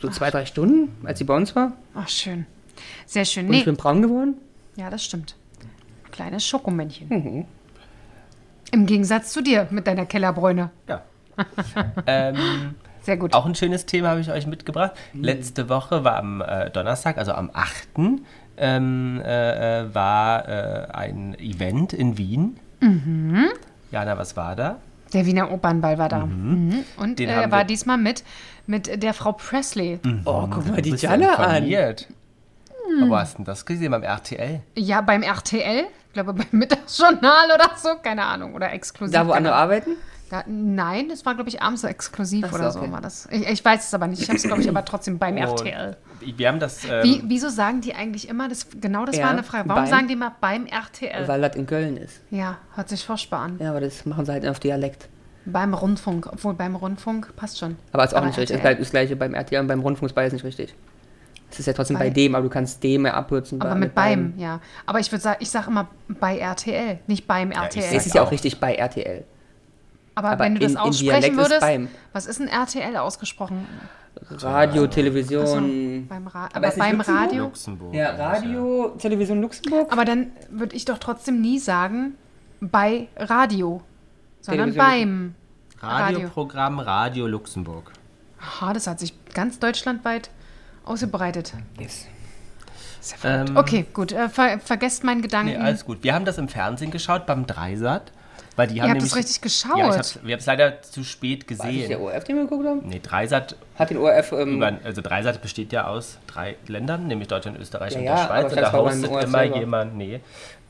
So zwei, drei Stunden, als sie bei uns war.
Ach, schön. Sehr schön.
Und ich
Nee.
bin braun geworden.
Ja, das stimmt. Kleines Schokomännchen.
Mhm.
Im Gegensatz zu dir mit deiner Kellerbräune.
Ja. ähm,
Sehr gut.
Auch ein schönes Thema habe ich euch mitgebracht.
Mhm.
Letzte Woche war am äh, Donnerstag, also am 8. Ähm, äh, äh, war äh, ein Event in Wien.
Mhm.
Jana, was war da?
Der Wiener Opernball war da. Mhm. Und
Den
äh,
haben
er war
wir-
diesmal mit, mit der Frau Presley.
Oh, guck mal die
Mhm. Du bist
Jalla an. Mhm.
informiert. Aber wo hast du denn das gesehen? Beim RTL?
Ja, beim RTL, ich glaube beim Mittagsjournal oder so, keine Ahnung. Oder exklusiv.
Da, wo
keine
andere
Ahnung.
arbeiten?
Da, nein, das war, glaube ich, abends so exklusiv
Ach so,
oder so.
okay.
War das. Ich, ich weiß es aber nicht. Ich habe es, glaube ich, aber trotzdem beim
Und
RTL.
Wir haben das. Ähm,
Wie, wieso sagen die eigentlich immer, das, genau das
Ja,
war eine Frage, warum
beim-
sagen die immer beim RTL?
Weil das in Köln ist.
ja, hört sich furchtbar an.
Ja, aber das machen sie halt auf Dialekt.
Beim Rundfunk, obwohl beim Rundfunk passt schon.
Aber ist auch nicht richtig.
RTL.
Das gleiche- das gleiche beim RTL und beim Rundfunk ist beides nicht richtig. Es ist ja trotzdem bei,
Bei-
dem, aber du kannst dem ja abkürzen.
Aber
bei-
mit beim, ja. Aber ich würde sagen, ich sage immer bei RTL, nicht beim RTL.
sag
Es ist ja
Auch.
auch richtig bei RTL.
aber,
aber
wenn du das
in- in Dialekt
aussprechen
ist
würdest,
beim.
was ist ein RTL ausgesprochen?
Radio,
Achso,
Television.
beim Ra
Aber
aber
ist nicht
beim
Luxemburg?
Radio.
Luxemburg.
Ja, Radio, Television Luxemburg.
Aber dann würde ich doch trotzdem nie sagen bei Radio, sondern
Television.
beim.
Radioprogramm Radio Luxemburg.
Aha, das hat sich ganz deutschlandweit ausgebreitet.
Yes.
Ähm,
Okay, gut. Äh, ver vergesst meinen Gedanken.
Nee, alles gut. Wir haben das im Fernsehen geschaut, beim Dreisat. Weil die haben
habt
nämlich,
das richtig geschaut?
Ja, ich hab's, wir haben es leider zu spät
War das der
gesehen.
ORF, den wir geguckt haben?
Nee, Dreisat,
Hat den ORF. Ähm,
über- also Dreisat besteht ja aus drei Ländern, nämlich Deutschland, Österreich
Ja,
und
ja,
der
aber
Schweiz.
ich
Und
dachte,
da
es war beim
hostet
ORF
immer
selber.
jemand, nee,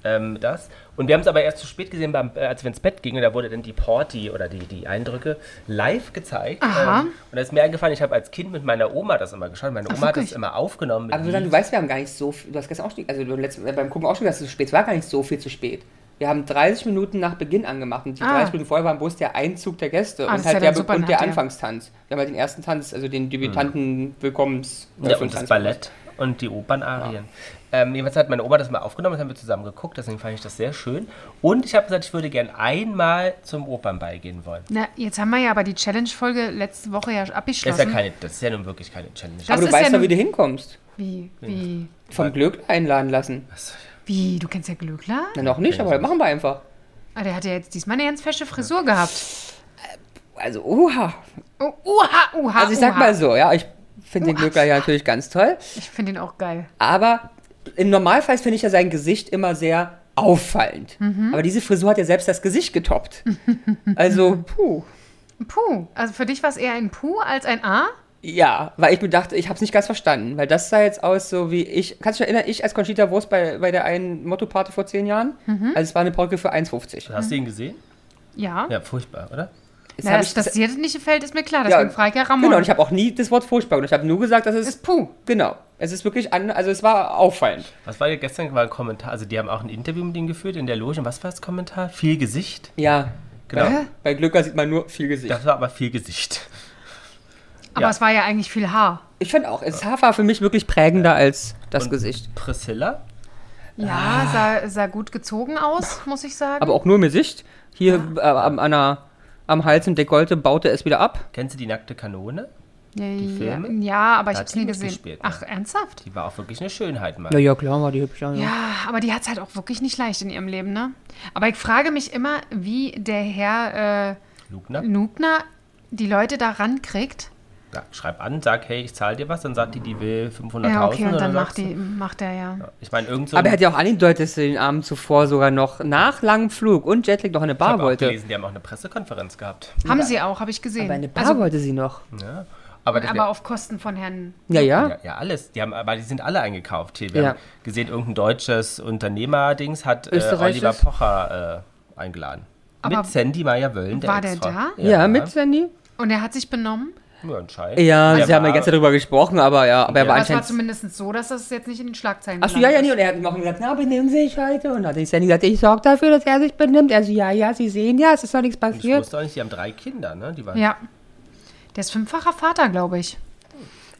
ähm, das. Und wir haben es aber erst zu spät gesehen, beim, äh, als wir ins Bett gingen, da wurde dann die Porti oder die, die Eindrücke live gezeigt.
Aha.
Ähm, und da ist mir eingefallen, ich habe als Kind mit meiner Oma das immer geschaut. Meine Oma hat das
wirklich?
immer aufgenommen. Mit
aber Susanne, du
Lied.
weißt, wir haben gar nicht so viel. Du hast gestern auch schon, also beim, letzten, äh, beim Gucken auch schon gesagt, es ist zu spät. Es war gar nicht so viel zu spät. Wir haben 30 Minuten nach Beginn angemacht und die
Ah.
30 Minuten vorher waren bloß der Einzug der Gäste
Ah, das
und
ist
halt
ja
der,
dann
Be
super
und der
nachher.
Anfangstanz. Wir haben halt den ersten Tanz, also den Debütanten Willkommens.
Ja, und das Ballett und die Opernarien. Ähm, jedenfalls hat meine Oma das mal aufgenommen, das haben wir zusammen geguckt, deswegen fand ich das sehr schön. Und ich habe gesagt, ich würde gern einmal zum Opernball gehen wollen.
Na, jetzt haben wir ja aber die Challenge-Folge letzte Woche ja
Das
abgeschlossen.
ist, ja keine, das ist ja nun wirklich keine Challenge.
Das-
Aber du
ist
weißt
ja
doch,
nun-
wie du hinkommst.
wie, wie,
Vom Glück einladen lassen.
wie, du kennst ja Glöckler?
Na, noch nicht, aber das machen wir einfach.
Ah, der hat ja jetzt diesmal eine ganz fesche Frisur gehabt.
Also, oha.
Oh, uha, uha,
Also, ich sag
uha.
mal so, ja, ich finde den Glückler ja natürlich ganz toll.
Ich finde ihn auch geil.
Aber im Normalfall finde ich ja sein Gesicht immer sehr auffallend.
Mhm.
Aber diese Frisur hat ja selbst das Gesicht getoppt. Also, puh.
Puh. Also für dich war es eher ein Puh als ein A?
Ja, weil ich mir dachte, ich habe es nicht ganz verstanden, weil das sah jetzt aus so wie ich, kannst du dich erinnern, ich als Conchita Wurst bei, bei der einen Motto-Party vor zehn Jahren,
Mhm.
also es war eine Perücke für 1,50.
Hast du ihn gesehen?
Ja.
Ja, furchtbar, oder?
Jetzt
Na,
hab
dass, dass dir das nicht gefällt, ist mir klar.
ja,
Deswegen frage ich ja Ramon.
Genau, und ich habe auch nie das Wort furchtbar und ich habe nur gesagt, dass es,
ist Puh.
genau, es ist wirklich, an, also es war auffallend.
Was war ja gestern war ein Kommentar? Also, die haben auch ein Interview mit ihm geführt in der Loge. Und was war das Kommentar? Viel Gesicht?
Ja,
Genau.
Bei, bei Glücker sieht man nur viel Gesicht.
Das war aber viel Gesicht.
Aber
Ja.
es war ja eigentlich viel Haar.
Ich fand auch, das Haar war für mich wirklich prägender als das Gesicht.
Priscilla?
Ja, sah, sah gut gezogen aus, muss ich sagen.
Aber auch nur im Gesicht. Hier äh, am, an der, am Hals und Dekolte baute es wieder ab.
Kennst du die nackte Kanone?
ja, ja,
Filme?
ja, aber ich
Da
habe es
hat die
nie
nicht
gesehen.
gespielt, ne?
Ach, ernsthaft?
Die war auch wirklich eine Schönheit, mal.
ja, klar war die hübsch. Ja,
Ja, aber die hat es halt auch wirklich nicht leicht in ihrem Leben, ne? Aber ich frage mich immer, wie der Herr äh,
Lugner?
Nubner die Leute da rankriegt.
Ja, schreib an, sag, hey, ich zahle dir was. Dann sagt die, die will 500.000.
Ja, okay, und
oder
dann
was.
macht, die, macht er ja.
Ich meine, irgend so
Aber er hat ja auch angedeutet, dass er den Abend zuvor sogar noch nach langem Flug und Jetlag noch in eine
Ich
Bar
habe auch
wollte.
gelesen, die haben auch eine Pressekonferenz gehabt.
Haben sie auch, habe ich gesehen.
Aber eine Bar
also,
wollte sie noch.
Ja. Aber, das
aber auf Kosten von Herrn.
Ja, ja.
ja, ja, alles. Die haben, aber die sind alle eingekauft. Hier, wir
Ja.
haben gesehen, irgendein deutsches Unternehmerdings hat äh,
Österreichisch?
Oliver Pocher äh, eingeladen.
Aber
mit Sandy Meyer Wöllen. Der
war der
Ex-Frau.
da?
Ja, mit Sandy?
Und er hat sich benommen.
Ja, anscheinend. Also
Ja,
Der
sie haben ja
war-
ganz darüber gesprochen, aber ja, aber er
Ja.
war
Aber es war
anscheinend.
zumindest so, dass das jetzt nicht in den Schlagzeilen
Achso, ja, ja, nee,
gelandet
und er hat ihm auch gesagt, na, benimm sich heute. Und dann hat die Sandy gesagt, ich sorge dafür, dass er sich benimmt. Also, ja, ja, sie sehen ja, es ist doch nichts
Ich
passiert.
wusste auch nicht, die haben drei Kinder, ne? Die waren
ist. Ja. Der ist fünffacher Vater, glaube ich.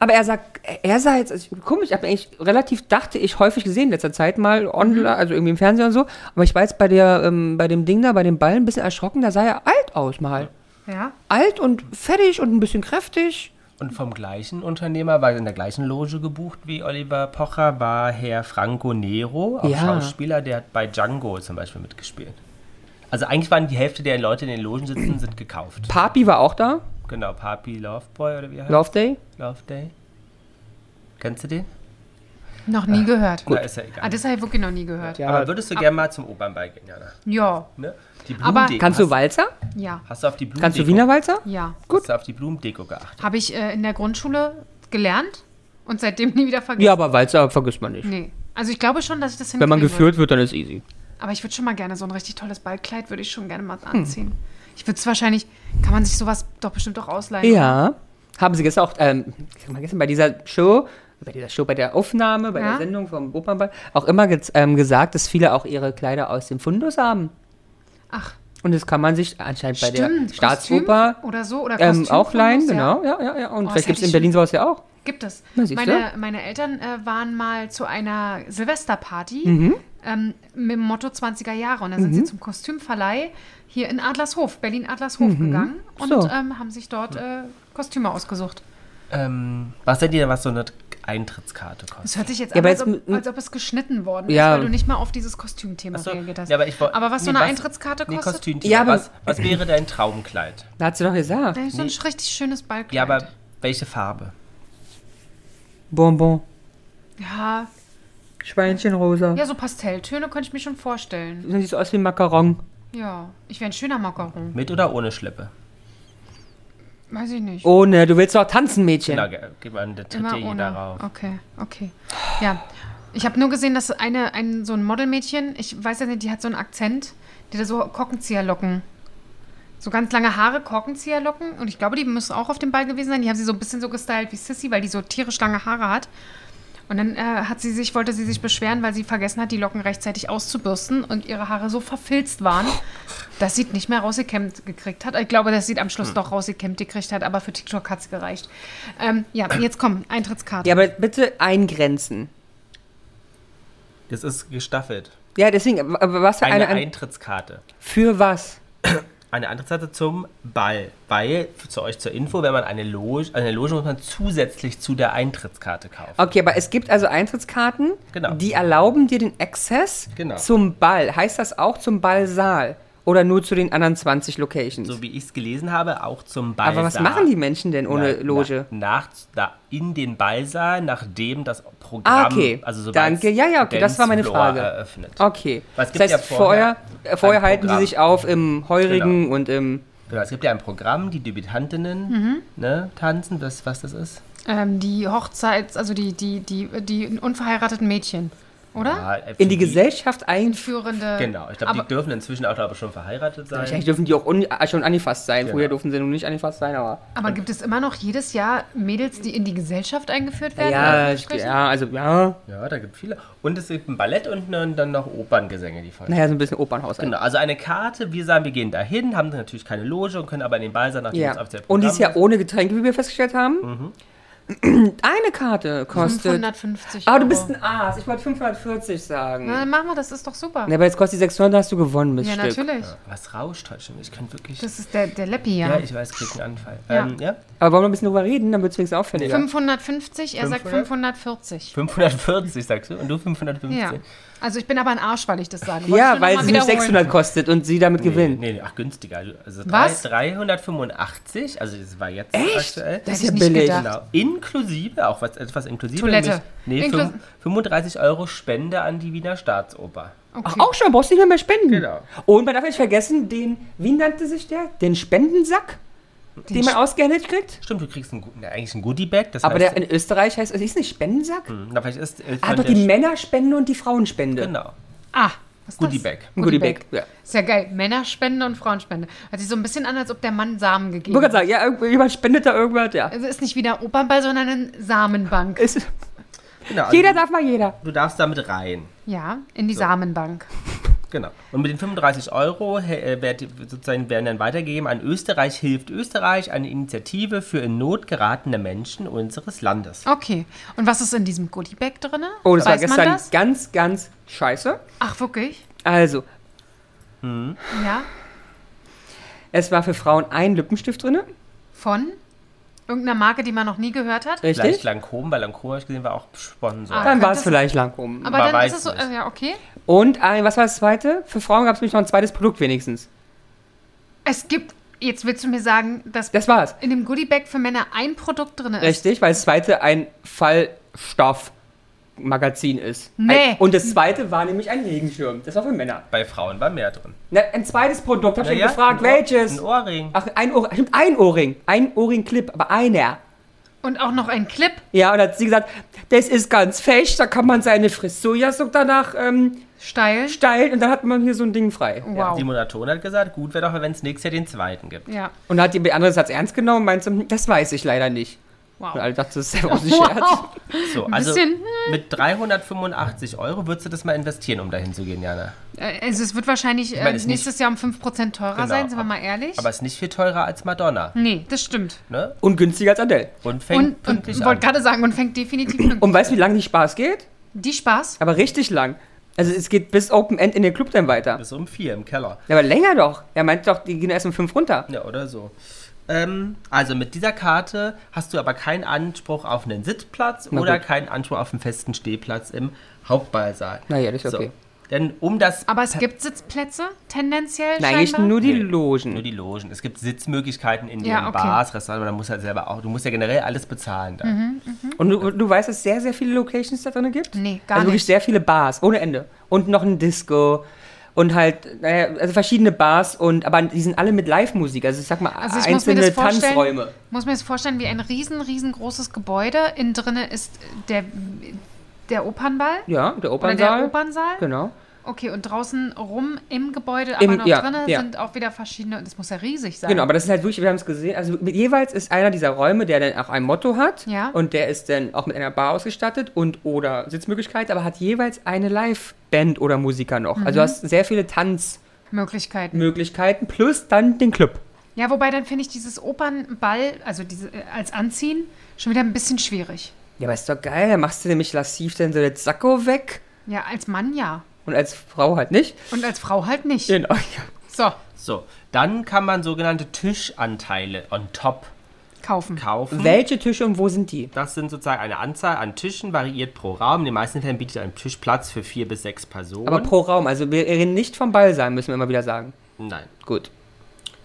Aber er sagt, er sah jetzt, also komisch, ich habe eigentlich relativ, dachte ich, häufig gesehen in letzter Zeit mal online, also irgendwie im Fernsehen und so. Aber ich war jetzt bei, der, ähm, bei dem Ding da, bei dem Ball ein bisschen erschrocken, da sah er alt aus mal.
Ja.
Alt und fettig und ein bisschen kräftig.
Und vom gleichen Unternehmer, war in der gleichen Loge gebucht wie Oliver Pocher, war Herr Franco Nero, auch
Ja.
Schauspieler, der hat bei Django zum Beispiel mitgespielt. Also eigentlich waren die Hälfte der Leute, die in den Logen sitzen, sind gekauft.
Papi war auch da,
Genau, Papi Loveboy oder wie heißt
Love Day.
Love Day. Kennst du den?
Noch nie gehört.
Na, ist ja egal.
Ah, das habe ich wirklich noch nie gehört. Ja.
Aber würdest du gerne mal zum Opernball gehen, Jana?
Ja.
Ne? Die
Aber-
Blumendeko.
Kannst du Walzer?
Ja.
hast, hast du auf die Blumendeko,
Kannst du Wiener Walzer?
Gut. Hast du auf die Blumendeko geachtet?
Habe ich äh, in der Grundschule gelernt und seitdem nie wieder vergessen.
Ja, aber Walzer vergisst man nicht.
Nee. Also ich glaube schon, dass ich das
Wenn man
hinkriegen würde.
geführt wird, dann ist easy.
Aber ich würde schon mal gerne so ein richtig tolles Ballkleid würde ich schon gerne
Hm.
mal anziehen. Ich würde es wahrscheinlich, kann man sich sowas doch bestimmt auch ausleihen.
Ja. Haben Sie gestern auch, ähm, ich sag mal, gestern bei dieser Show, bei dieser Show, bei der Aufnahme, bei
Ja.
der Sendung vom Opernball, auch immer gez- ähm, gesagt, dass viele auch ihre Kleider aus dem Fundus haben.
Ach,
Und das kann man sich anscheinend bei
Stimmt,
der Staatsoper
Kostüm oder so, oder
ähm,
Kostüm
auch
von
leihen,
uns, ja.
genau. Ja, ja, ja. Und
Oh, das
vielleicht
hätte
gibt es in
ich-
Berlin sowas ja auch.
Gibt es.
Na, siehst
meine, meine Eltern äh, waren mal zu einer Silvesterparty
Mhm.
ähm, mit dem Motto 20er Jahre. Und dann sind sie zum Kostümverleih hier in Adlershof, Berlin Adlershof gegangen und
Mhm. So.
ähm, haben sich dort äh, Kostüme ausgesucht.
Ähm, was seid ihr, was so eine Eintrittskarte kostet?
Das hört sich jetzt
Ja,
an,
aber
als
jetzt
ob,
m-
als ob es geschnitten worden
Ja.
ist, weil du nicht mal auf dieses Kostümthema
Achso,
reagiert hast.
ja, aber, ich woll-
was so
nee,
eine Eintrittkarte
nee,
kostet,
Kostümthema.
Ja, aber-
was, was wäre dein Traumkleid?
Da hat sie doch gesagt.
das ist so ein richtig schönes Ballkleid.
Ja, aber welche Farbe?
Bonbon.
ja,
Schweinchenrosa.
ja, so Pastelltöne könnte ich mir schon vorstellen.
Sieht so aus wie ein Macaron.
Ja, ich wäre ein schöner Macaron.
Mit oder ohne Schlippe?
Weiß ich nicht.
Ohne, du willst doch tanzen, Mädchen.
Genau, ge- geht man, da tritt
Immer
ja
ohne.
jeder rauf.
Okay, okay. Ja. Ich habe nur gesehen, dass eine, ein, so ein Modelmädchen, ich weiß ja nicht, die hat so einen Akzent, die da so Korkenzieherlocken. So ganz lange Haare, Korkenzieherlocken. Und ich glaube, die müssen auch auf dem Ball gewesen sein. Die haben sie so ein bisschen so gestylt wie Sissy, weil die so tierisch lange Haare hat. Und dann äh, hat sie sich, wollte sie sich beschweren, weil sie vergessen hat, die Locken rechtzeitig auszubürsten und ihre Haare so verfilzt waren, dass sie nicht mehr rausgekämmt gekriegt hat. Ich glaube, dass sie am
Hm.
Schluss doch rausgekämmt gekriegt hat, aber für TikTok hat es gereicht. Ähm, ja, jetzt komm, Eintrittskarte.
Ja, aber bitte eingrenzen.
Das ist gestaffelt.
Ja, deswegen, w- w- was für
Eine
eine, ein,
Eintrittskarte.
für was?
Eine Eintrittskarte zum Ball. Weil, zu euch zur Info, wenn man eine Loge, also eine Loge muss man zusätzlich zu der Eintrittskarte kaufen.
Okay, aber es gibt also Eintrittskarten,
Genau.
die erlauben dir den Access
Genau.
zum Ball. Heißt das auch zum Ballsaal oder nur zu den anderen 20 Locations?
So wie ich es gelesen habe, auch zum Ballsaal.
aber was machen die Menschen denn ohne
Na-
Loge?
Na, nach, da, in den Ballsaal, nachdem das Programm,
Ah, okay.
also sobald
Danke. Ja, ja, okay, das war meine
Dancefloor
Frage.
Eröffnet.
Okay.
Was
das
gibt's
heißt,
ja vorher
vorher, äh, vorher
an
halten die
Programm?
sich auf im Heurigen und im.
Genau, es gibt ja ein Programm, die Debütantinnen ne, tanzen, das, was das ist.
Ähm, die Hochzeits-, also die, die, die, die unverheirateten Mädchen, oder?
Ja, äh, für
In die Gesellschaft einführen.
Führende.
Genau, ich glaube,
aber,
die dürfen inzwischen auch glaube ich, schon verheiratet sein.
Vielleicht dürfen die auch un äh, schon angefasst sein.
Genau.
Früher durften sie noch nicht angefasst sein, aber.
aber gibt es immer noch jedes Jahr Mädels, die in die Gesellschaft eingeführt werden?
Ja,
in Anführungsstrichen?
ja, also ja.
Ja, da gibt es viele. Und es gibt ein Ballett und ne, dann noch Operngesänge, die folgen.
Naja, so ein bisschen Opernhaus. halt.
Genau, also eine Karte, wir sagen, wir gehen dahin, haben natürlich keine Loge und können aber in den Ball sein, nachdem es
Ja.
auf der Programm Mhm.
Und die ist ja ohne Getränke, wie wir festgestellt haben. Eine Karte kostet.
550
Ah, du
Euro.
bist ein Aas. Ich wollte 540 sagen.
Na, dann machen wir, das ist doch super.
Ja, aber jetzt kostet die 600, hast du gewonnen, Mist.
ja,
Stück.
natürlich.
Was rauscht heute schon? Ich kann wirklich.
Das ist der, der Leppi, ja.
ja, ich weiß, krieg einen Anfall.
Ja.
Ähm, ja?
Aber wollen wir ein bisschen drüber reden, dann wird es wenigstens auffälliger.
550, er sagt 540.
540, sagst du? Und du 550?
Ja. Also ich bin aber ein Arsch, weil ich das sage. Wollte ich
Ja,
nur
weil
noch
es
mal
nicht
wiederholen.
600 kostet und sie damit
Nee,
gewinnt.
nee, nee, ach, günstiger. Also drei-
Was?
385, also das war jetzt aktuell.
Das
Das
hätte
ist
ich
ja
nicht
billig.
gedacht.
Genau. Inklusive, auch was etwas inklusive.
Toilette.
Nämlich, nee,
Inklu-
fünf- 35 Euro Spende an die Wiener Staatsoper.
Ach,
Okay.
auch schon, brauchst nicht mehr, mehr spenden.
Genau.
Und man darf nicht vergessen, den, wie nannte sich der? Den Spendensack, den, man ausgehändigt kriegt.
Stimmt, du kriegst einen, guten- eigentlich ein Goodie-Bag. Das
Aber
heißt,
der in Österreich heißt, es ist nicht Spendensack.
Hm, na, vielleicht ist, äh,
Ah,
von
doch,
der
die
Sch-
Männerspende und die Frauenspende.
Genau.
Ah, was ist
Goodie
das?
Bag.
Ein Goodie Bag, ja.
Ist ja geil. Männerspende und Frauenspende. Hört sich so ein bisschen an, als ob der Mann Samen
Ich
gegeben
wollte gerade sagen, ja, irgendwie- jemand spendet da irgendwas, ja.
Also ist nicht wieder Opernball, sondern eine Samenbank.
Ist,
genau also
jeder darf mal jeder.
Du darfst damit rein.
Ja, in die Samenbank.
Genau. Und mit den 35 Euro hä- äh, werd, sozusagen werden dann weitergegeben an Österreich hilft Österreich, eine Initiative für in Not geratene Menschen unseres Landes.
Okay. Und was ist in diesem Goodie-Bag drin?
Oh, das
Weiß
war
man
gestern
das?
ganz, ganz scheiße.
Ach, wirklich?
Also,
Ja.
es war für Frauen ein Lippenstift drin,
Von irgendeiner Marke, die man noch nie gehört hat?
Vielleicht
richtig?
Lancôme, weil Lancôme, habe ich gesehen, war auch Sponsor.
Ah.
Dann war es
Könnte-
vielleicht Lancôme.
Aber
Man
dann
weiß
ist es so,
nicht.
äh, ja, okay.
Und ein, was war das zweite? Für Frauen gab es nämlich noch ein zweites Produkt wenigstens.
Es gibt, jetzt willst du mir sagen, dass
Das war's.
in dem Goodie-Bag für Männer ein Produkt drin ist.
Richtig, weil das zweite ein Fallstoffmagazin ist.
Nee.
Ein, und das zweite war nämlich ein Regenschirm. Das war für Männer.
Bei Frauen war mehr drin.
Na, ein zweites Produkt, hab ich schon
Naja,
gefragt,
ein Ohr- Ein
welches?
Ohrring.
Ach, ein Ohrring, stimmt, ein Ohrring. Ein Ohrring-Clip, aber einer.
Und auch noch ein Clip.
Ja, und dann hat sie gesagt, das ist ganz fesch, da kann man seine Frisur ja so danach ähm,
Steil.
steilen und dann hat man hier so ein Ding frei.
Ja,
Wow.
Simon Aton hat gesagt, gut wäre doch, wenn es nächstes Jahr den zweiten gibt.
Ja.
Und dann hat die andere Satz ernst genommen und meinte, das "Hm, weiß ich leider nicht.
Wow.
Und alle dachten, das ist ja auch ein Scherz.
Wow.
So,
Ein
also
bisschen, hm,
mit 385 Euro würdest du das mal investieren, um dahin zu gehen, Jana.
Äh, Also es wird wahrscheinlich äh,
meine, ist
nächstes Jahr um 5% teurer
Genau,
sein, sind wir
ab-
mal ehrlich.
Aber ist nicht viel teurer als Madonna.
nee, das stimmt.
Ne?
Und günstiger als Adele.
Und fängt
Und, und
pünktlich
wollte
an.
gerade sagen, und fängt definitiv pünktlich.
Und weißt du, wie lange die Spaß geht?
Die Spaß?
Aber richtig lang. Also es geht bis Open End in den Club dann weiter.
Bis um vier im Keller.
Ja, aber länger doch. Er meint doch, die gehen erst um fünf runter.
Ja, oder so. Ähm, also mit dieser Karte hast du aber keinen Anspruch auf einen Sitzplatz
Na
oder
gut.
keinen Anspruch auf einen festen Stehplatz im Hauptballsaal.
Na ja, das ist okay.
Denn um das
Aber es gibt Sitzplätze tendenziell
Nein, eigentlich
scheinbar?
nur die
Nee,
Logen.
Nur die Logen. Es gibt Sitzmöglichkeiten in den
Ja, okay.
Bars, Restaurants, aber da musst du halt selber auch, du musst ja generell alles bezahlen dann.
Mhm.
Und du, du weißt, dass es sehr, sehr viele Locations da drin gibt?
Nee, gar
Also wirklich
nicht.
sehr viele Bars, ohne Ende. Und noch ein Disco. Und halt, naja, also verschiedene Bars. und Aber die sind alle mit Live-Musik. Also ich sag mal,
Also ich muss mir
einzelne
das vorstellen,
Tanzräume.
muss mir das vorstellen wie ein riesen, riesengroßes Gebäude. Innen drinne ist der, der Opernball
Ja,
oder der
der Opernsaal.
Opernsaal.
genau.
Okay, und draußen rum im Gebäude, aber
Im-
noch
ja,
drinnen
ja.
sind auch wieder verschiedene, und es muss ja riesig sein.
Genau, aber das ist halt wirklich, wir haben es gesehen, also mit, jeweils ist einer dieser Räume, der dann auch ein Motto hat
Ja.
und der ist dann auch mit einer Bar ausgestattet und oder Sitzmöglichkeit, aber hat jeweils eine Live-Band oder Musiker noch. Also du hast sehr viele
Möglichkeiten.
Tanzmöglichkeiten plus dann den Club.
Ja, wobei dann finde ich dieses Opernball, also diese, äh, als Anziehen, schon wieder ein bisschen schwierig.
Ja, aber ist doch geil, dann machst du nämlich lassiv dann so den Sacko weg
Ja, als Mann ja.
und als Frau halt nicht.
Und als Frau halt nicht.
Genau.
So,
So, dann kann man sogenannte Tischanteile on top
kaufen.
kaufen.
Welche Tische und wo sind die?
Das sind sozusagen eine Anzahl an Tischen, variiert pro Raum. In den meisten Fällen bietet ein Tisch Platz für vier bis sechs Personen.
Aber pro Raum, also wir reden nicht vom Ball sein, müssen wir immer wieder sagen.
Nein.
Gut.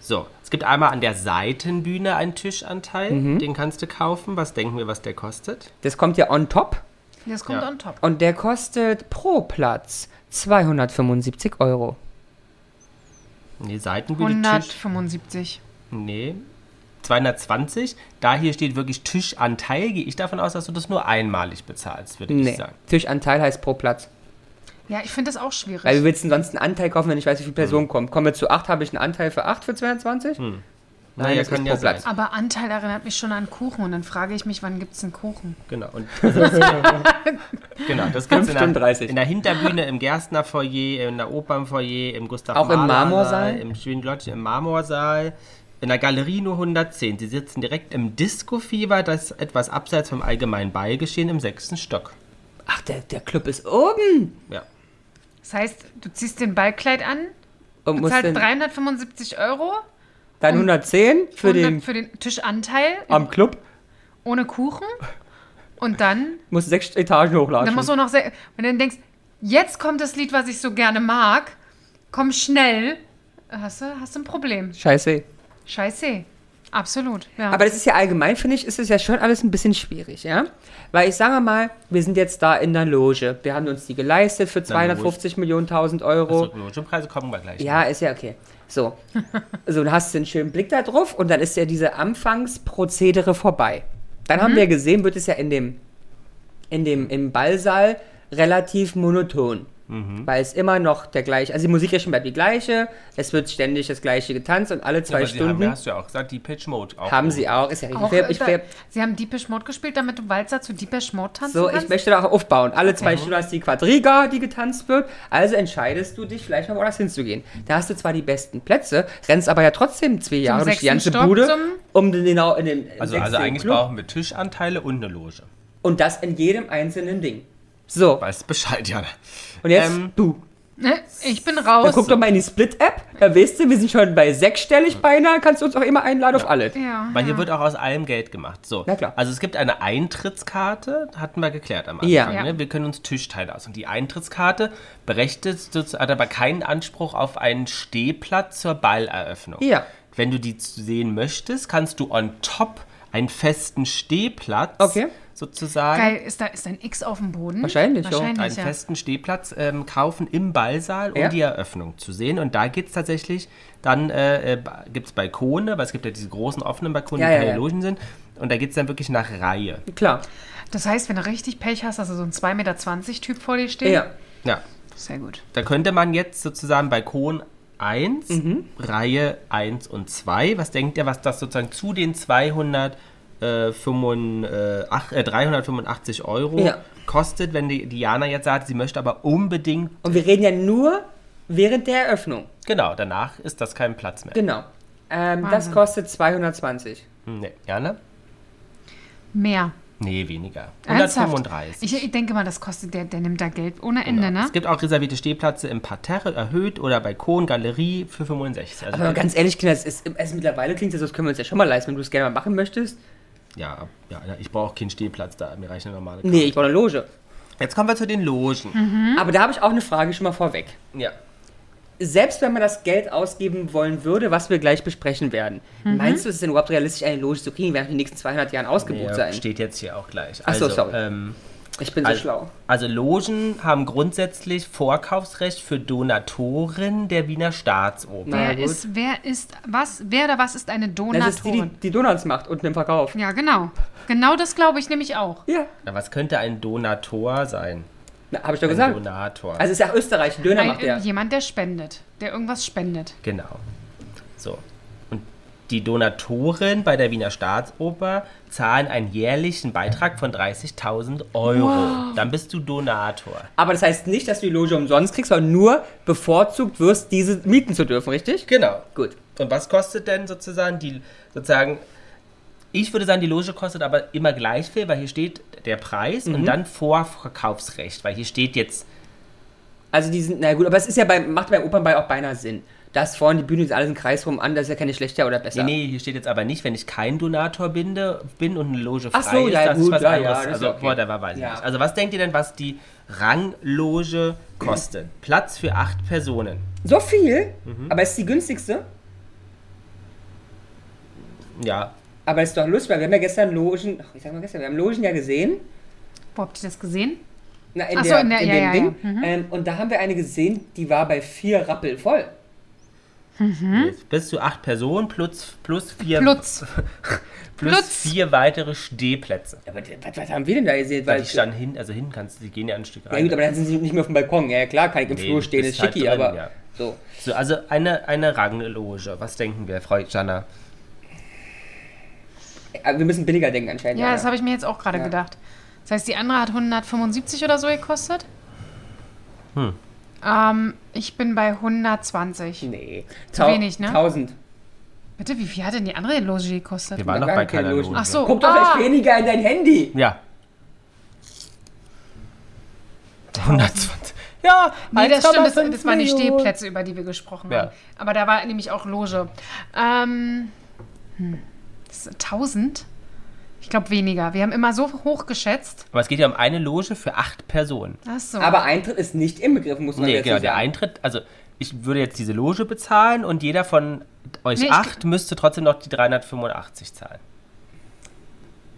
So, es gibt einmal an der Seitenbühne einen Tischanteil. Den kannst du kaufen. Was denken wir, was der kostet?
Das kommt ja on top
Das kommt
Ja.
on top.
und der kostet pro Platz 275 Euro.
Nee, Seitenbühne, Tisch.
175.
Nee. 220. Da hier steht wirklich Tischanteil, gehe ich davon aus, dass du das nur einmalig bezahlst, würde ich
Nee,
sagen.
Tischanteil heißt pro Platz.
Ja, ich finde das auch schwierig.
Weil Also wir willst du sonst einen Anteil kaufen, wenn ich weiß, wie viele
Hm.
Personen kommen. Kommen wir zu 8, habe ich einen Anteil für 8 für 22?
Naja,
das ist
kann
pro
ja sein.
Platz.
aber Anteil erinnert mich schon an Kuchen und dann frage ich mich, wann gibt es einen Kuchen?
Genau. Und genau, das gibt's in,
Stunden
der,
30.
in der Hinterbühne, im Gerstner Foyer, in der Opernfoyer, im Gustav
Auch im
Mahler
Marmorsaal?
im Schwindlottchen, im Marmorsaal, in der Galerie nur 110. Sie sitzen direkt im Disco-Fieber, das ist etwas abseits vom allgemeinen Ballgeschehen im sechsten Stock.
Ach, der, der Club ist oben.
Ja.
Das heißt, du ziehst den Ballkleid an,
Und muss
bezahlst
dann,
375 Euro
dann 110 für
100
den
für den Tischanteil
am Club.
ohne Kuchen und dann,
Muss sechs Etagen hochladen.
dann musst du noch sehr, wenn du dann denkst, jetzt kommt das Lied, was ich so gerne mag, komm schnell, hast du, hast du ein Problem.
Scheiße.
Scheiße. Absolut, ja.
Aber das ist ja allgemein, finde ich, ist es ja schon alles ein bisschen schwierig, ja? Weil ich sage mal, wir sind jetzt da in der Loge. Wir haben uns die geleistet für 250 Millionen, 1000 Euro.
So, Logenpreise kommen wir gleich.
Oh. Ja, ist ja okay. So. so, dann hast du einen schönen Blick da drauf und dann ist ja diese Anfangsprozedere vorbei. Dann haben wir gesehen, wird es ja in dem, in dem, im Ballsaal relativ monoton.
Mhm.
Weil es immer noch der gleiche, also die Musik ja schon bleibt die gleiche, es wird ständig das gleiche getanzt und alle zwei
Aber Sie haben,
Stunden
ja,
haben,
hast du ja auch gesagt, die Pitch Mode. Auch
sie auch, ist ja richtig.
auch,
ich wär, ich
da,
wär,
Sie haben Deepish Mode gespielt, damit du Walzer zu Deepish Mode tanzen
so, ich
kannst?
möchte da auch aufbauen. Alle zwei Stunden hast du die Quadriga, die getanzt wird. Also entscheidest du dich, vielleicht mal woanders hinzugehen. Da hast du zwar die besten Plätze, rennst aber ja trotzdem zwei Jahre durch die
sechsten
ganze
Stock
Bude.
zum-
Um den, genau in den
Also,
sechsten
also eigentlich
Club.
brauchen wir Tischanteile und eine Loge.
Und das in jedem einzelnen Ding. So,
Weißt Bescheid, Jana.
und jetzt
ähm,
du.
Ne? ich bin
Dann
raus.
guck doch mal in die Split-App. Da weißt du, wir sind schon bei sechsstellig beinahe. Kannst du uns auch immer einladen auf alle.
ja.
Weil hier wird auch aus allem Geld gemacht. So.
Na klar.
Also es gibt eine Eintrittskarte, hatten wir geklärt am Anfang.
Ja.
Ja.
Ne? Wir können uns Tischteile aus. Und die Eintrittskarte berechtigt, sozusagen- hat aber keinen Anspruch auf einen Stehplatz zur Balleröffnung.
Ja.
Wenn du die zu sehen möchtest, kannst du on top einen festen Stehplatz
Okay.
sozusagen.
Geil, ist da ist da ein X auf dem Boden?
Wahrscheinlich, ja.
Einen
Wahrscheinlich, ja.
festen Stehplatz ähm, kaufen im Ballsaal, um
Ja.
die Eröffnung zu sehen. Und da geht es tatsächlich, dann äh, gibt es Balkone, weil es gibt ja diese großen offenen Balkone,
Ja,
die
ja,
keine
ja.
Logen sind. Und da geht es dann wirklich nach Reihe.
Klar.
Das heißt, wenn du richtig Pech hast, dass du so ein 2,20 Meter Typ vor dir steht,
Ja.
Ja,
sehr gut.
da könnte man jetzt sozusagen Balkon 1,
Mhm.
Reihe 1 und 2. Was denkt ihr, was das sozusagen zu den 200 äh, 85, äh, ach- äh, 385 Euro
Ja.
kostet, wenn die Diana jetzt sagt, sie möchte aber unbedingt.
Und wir reden ja nur während der Eröffnung.
Genau, danach ist das kein Platz mehr.
Genau. Ähm, das
Wahnsinn.
kostet 220.
Hm, Nee, Jana?
Mehr.
Nee, weniger.
Ernsthaft?
135.
Ich, ich denke mal, das kostet, der, der nimmt da Geld ohne Ende,
Genau.
ne?
Es gibt auch reservierte Stehplätze im Parterre erhöht oder Balkon, Galerie für 65. Also,
Aber ganz ehrlich, Kinder, es ist, es mittlerweile klingt es, das können wir uns ja schon mal leisten, wenn du es gerne mal machen möchtest.
ja, ja, ja, ich brauche keinen Stehplatz da, mir reicht eine normale Karte.
Nee, ich Hm. brauche eine Loge.
Jetzt kommen wir zu den Logen.
Aber da habe ich auch eine Frage schon mal vorweg.
Ja.
Selbst wenn man das Geld ausgeben wollen würde, was wir gleich besprechen werden, meinst du, es ist denn überhaupt realistisch, eine Loge zu kriegen? Wir werden in den nächsten 200 Jahren ausgebucht
Ja,
sein.
steht jetzt hier auch gleich.
Ach so, sorry.
Ähm,
Ich bin so
also,
schlau.
also Logen haben grundsätzlich Vorkaufsrecht für Donatoren der Wiener Staatsoper.
Na
Wer
gut.
ist, wer ist, was, wer oder was ist eine
Das ist die, die,
Donatorin?
die Donuts macht unten im Verkauf.
Ja, genau. Genau das glaube ich nämlich auch.
Ja,
Na, was könnte ein Donator sein?
habe ich doch
Ein
gesagt.
Donator.
Also ist ja Österreich, Döner
Ein,
macht der.
äh, Jemand, der spendet, der irgendwas spendet.
Genau. So. Und die Donatoren bei der Wiener Staatsoper zahlen einen jährlichen Beitrag von 30.000 Euro. Dann bist du Donator.
Aber das heißt nicht, dass du die Loge umsonst kriegst, sondern nur bevorzugt wirst, diese mieten zu dürfen, richtig?
Genau.
Gut.
Und was kostet denn sozusagen die, sozusagen, ich würde sagen, die Loge kostet aber immer gleich viel, weil hier steht der Preis und dann Vorverkaufsrecht, weil hier steht jetzt,
Also die sind, na gut, aber es ist ja beim, macht beim Opernball auch beinahe Sinn. Das vorne die Bühne ist alles im Kreis rum an, das ist ja keine schlechter oder besser.
nee, nee, hier steht jetzt aber nicht, wenn ich kein Donator binde, bin und eine Loge frei
Ach so,
ist,
ja,
das
gut,
ist was
ja, ja,
anderes.
das ist
also,
ja okay.
boah, da war, weiß ich
Ja.
nicht. Also, was denkt ihr denn, was die Rangloge kostet? Platz für acht Personen.
So viel,
Mhm.
aber ist die günstigste.
Ja,
Aber ist doch lustig, weil wir haben ja gestern Logen, ach, ich sag mal gestern, wir haben Logen ja gesehen.
Wo habt ihr das gesehen?
Na, in,
Ach so,
der,
in
in,
der- ja,
dem
ja, Mhm.
Ding. Ähm, und da haben wir eine gesehen, die war bei vier Rappel voll. Mhm.
Jetzt bist du acht Personen plus, plus vier.
Plutz.
Plus
Plutz.
vier weitere Stehplätze.
Aber d- was, was haben wir denn da gesehen?
Weil
Weil
die standen hin, also hinten kannst du, die gehen ja ein Stück
ja
rein.
gut, aber dann sind sie nicht mehr auf dem Balkon. Ja klar, kann ich im
Nee,
Flur stehen,
bist
ist
halt
schicki,
drin,
aber
ja.
so.
so, also eine, eine Rangloge. Was denken wir, Frau Jana?
Aber Äh, wir müssen billiger denken anscheinend.
Ja, das habe ich mir jetzt auch gerade gedacht. Das heißt, die andere hat 175 oder so gekostet.
Hm.
Ähm, ich bin bei 120.
Nee.
Zu wenig, ne?
1000.
Bitte, wie viel hat denn die andere Loge gekostet?
Wir waren
Da
noch bei
waren keine
keiner
Logen.
Loge.
Ach so,
Guck doch
ah,
nicht weniger in dein Handy.
Ja. 120. Ja,
Nee, das stimmt, das,
1,5
das waren die
Millionen.
Stehplätze, über die wir gesprochen
Ja.
haben. Aber da war nämlich auch Loge. Ähm, hm, das ist 1000? Ich glaube weniger. Wir haben immer so hoch geschätzt.
Aber es geht ja um eine Loge für acht Personen.
Ach so.
Aber Eintritt ist nicht inbegriffen, muss man
Nee,
dazu
genau,
sagen.
der Eintritt, also ich würde jetzt diese Loge bezahlen und jeder von euch
Nee, ich-
acht müsste trotzdem noch die 385 zahlen.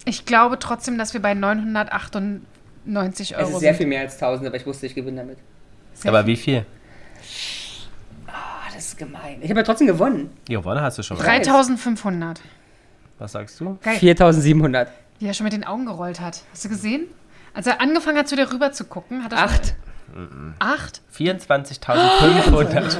ich glaube trotzdem, dass wir bei 998 Euro
es ist sehr
sind.
viel mehr als 1000, aber ich wusste, ich gewinne damit.
Sehr
Aber wie viel?
Ah, das ist gemein. Ich habe ja trotzdem gewonnen.
Gewonnen hast du schon.
Drei-
Mal.
3500.
Was sagst du?
Geil.
4700.
Wie er schon mit den Augen gerollt hat. Hast du gesehen? Als er angefangen hat, zu dir rüber zu gucken, hat er schon-
Acht.
Acht?
24.500.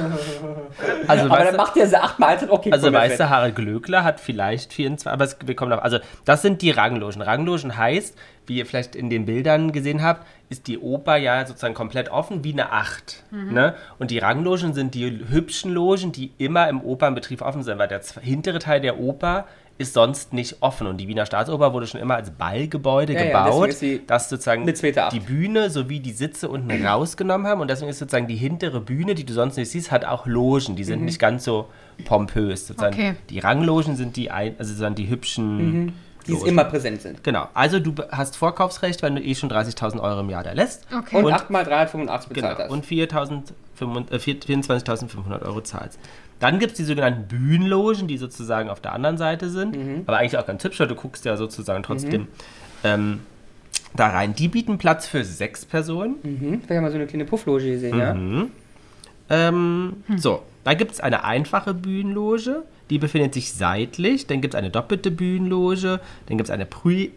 Also,
Aber dann
weißt du,
macht ihr diese achtmal Eintritt auch keinen
also
Punkt mehr
weißt
für.
du, Harald Glöckler hat vielleicht 24, aber es, wir kommen noch, also das sind die Ranglogen. Ranglogen heißt, wie ihr vielleicht in den Bildern gesehen habt, ist die Oper ja sozusagen komplett offen wie eine Acht.
Mhm.
Ne? Und die Ranglogen sind die hübschen Logen, die immer im Opernbetrieb offen sind, weil der z- hintere Teil der Oper ist sonst nicht offen. Und die Wiener Staatsoper wurde schon immer als Ballgebäude
Ja, ja, deswegen
gebaut,
ist sie
dass sozusagen
eine zweite Acht.
die Bühne sowie die Sitze unten rausgenommen haben und deswegen ist sozusagen die hintere Bühne, die du sonst nicht siehst, hat auch Logen. Die
Mhm.
sind nicht ganz so pompös. Sozusagen
Okay.
Die Ranglogen sind die, ein, also sozusagen die hübschen.
Mhm. Die ist immer präsent sind.
Genau. Also du be- hast Vorkaufsrecht, wenn du eh schon 30.000 Euro im Jahr da lässt.
Okay.
Und,
Und-
achtmal 385 bezahlt
Genau.
hast.
Und 4.500 äh, 4- 24.500 Euro zahlst. Dann gibt es die sogenannten Bühnenlogen, die sozusagen auf der anderen Seite sind.
Mhm.
Aber eigentlich auch ganz hübsch, weil du guckst ja sozusagen trotzdem ähm, da rein. Die bieten Platz für sechs Personen.
Hm? Wir haben mal so eine kleine Puffloge gesehen,
Mhm.
ja?
Ähm,
Hm.
So, da gibt es eine einfache Bühnenloge, die befindet sich seitlich. Dann gibt es eine doppelte Bühnenloge, dann gibt es eine Pre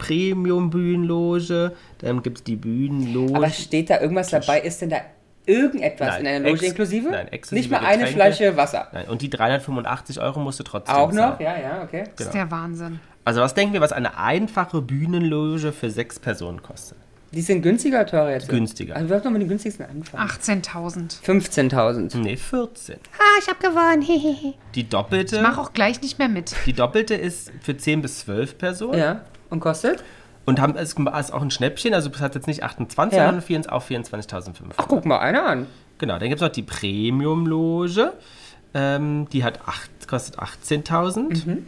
Premium-Bühnenloge, dann gibt es die Bühnenloge.
Aber steht da irgendwas dabei? Ist denn da irgendetwas
Nein,
in einer Loge
ex-
inklusive?
nein, exklusive
Nicht mal eine
Getränke.
Flasche Wasser.
Nein, und die 385 Euro musst du trotzdem
Auch noch?
zahlen. Genau.
Ja, ja, okay.
Das ist der Wahnsinn.
Also was denken wir, was eine einfache Bühnenloge für sechs Personen kostet?
Die sind günstiger, teurer jetzt.
Günstiger.
Also wir dürfen noch mit den günstigsten anfangen.
18.000.
15.000.
Nee, 14.
Ah, ich habe gewonnen. Hehehe.
Die doppelte,
Mach auch gleich nicht mehr mit.
die doppelte ist für 10 bis 12 Personen
ja. Und kostet?
und haben es ist auch ein Schnäppchen, also das hat jetzt nicht 28,
Ja.
sondern 24 auf 24.500.
Ach, guck mal einer an.
Genau, dann gibt es noch die Premium-Loge. Ähm, die hat acht, kostet 18.000.
Mhm.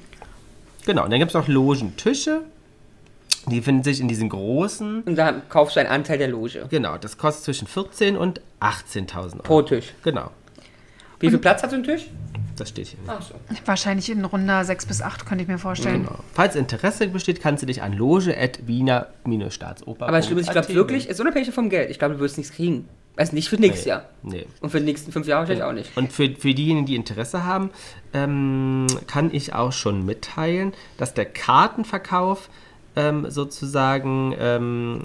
Genau, und dann gibt es noch Logentische. Die finden sich in diesen großen.
Und da kaufst du einen Anteil der Loge.
Genau, das kostet zwischen 14 und 18.000 Euro.
Pro Tisch.
Genau,
Wie viel Platz hat so ein Tisch?
das steht hier.
Ach so.
Wahrscheinlich in Runde 6 bis 8, könnte ich mir vorstellen.
Genau. Falls Interesse besteht, kannst du dich an loge.wiener-staatsoper.
Aber das Schlimme ist, ich glaube wirklich, ist unabhängig vom Geld. Ich glaube, du wirst nichts kriegen. Also nicht für nächstes Jahr.
Nee.
Und für die nächsten fünf Jahre wahrscheinlich auch nicht.
Und für, für diejenigen, die Interesse haben, ähm, kann ich auch schon mitteilen, dass der Kartenverkauf ähm, sozusagen ähm,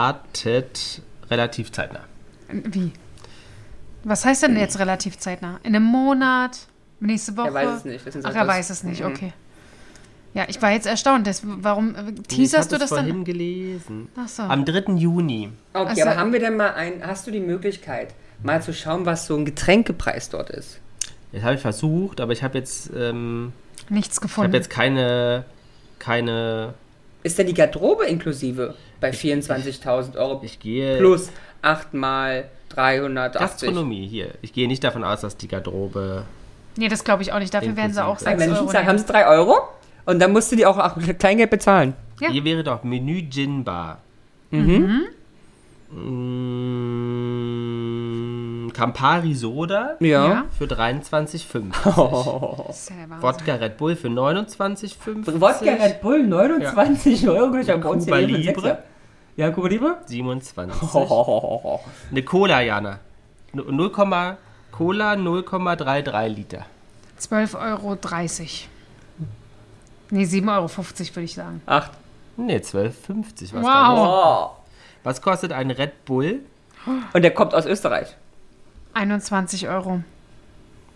startet relativ zeitnah.
Wie? Was heißt denn jetzt relativ zeitnah? In einem Monat? Nächste Woche?
weiß es nicht, deswegen
Ach,
sagt
er
er's.
weiß es
Mhm.
nicht, okay. Ja, ich war jetzt erstaunt. Das, warum äh, teaserst du das
vorhin
dann?
gelesen.
Ach so.
Am 3. Juni.
Okay,
Also-
aber haben wir denn mal ein, hast du die Möglichkeit, mal zu schauen, was so ein Getränkepreis dort ist?
Jetzt habe ich versucht, aber ich habe jetzt, ähm,
Nichts
ich
gefunden.
habe jetzt keine, keine.
Ist denn die Garderobe inklusive bei 24.000 Euro
Ich gehe
plus 8 mal 380?
Gastronomie hier. Ich gehe nicht davon aus, dass die Garderobe.
nee, das glaube ich auch nicht. Dafür werden sie auch
Inklusive.
Bei
6 Euro.
Valentinstag haben
nehmen.
sie 3 Euro und dann musst du die auch ach, Kleingeld bezahlen.
Ja.
Hier wäre doch Menü Gin Bar. Mhm. Campari Soda
Ja.
für 23,50.
Oh.
Das ist ja der Wahnsinn.
Wodka Red Bull für 29,50.
Wodka Red Bull 29 Euro, gleich am Bonzen
Cuba
Libre.
Libre.
Sechser. Ja, Kuba Libre?
27.
Hohohoho.
Eine Cola, Jana. N- 0, Cola 0,33 Liter.
12,30 Euro. Nee, 7,50 Euro würde ich sagen.
Acht.
Ne, 12,50. war's gar nicht.
Wow.
Oh.
Was kostet ein Red Bull?
Und der kommt aus Österreich.
21 Euro.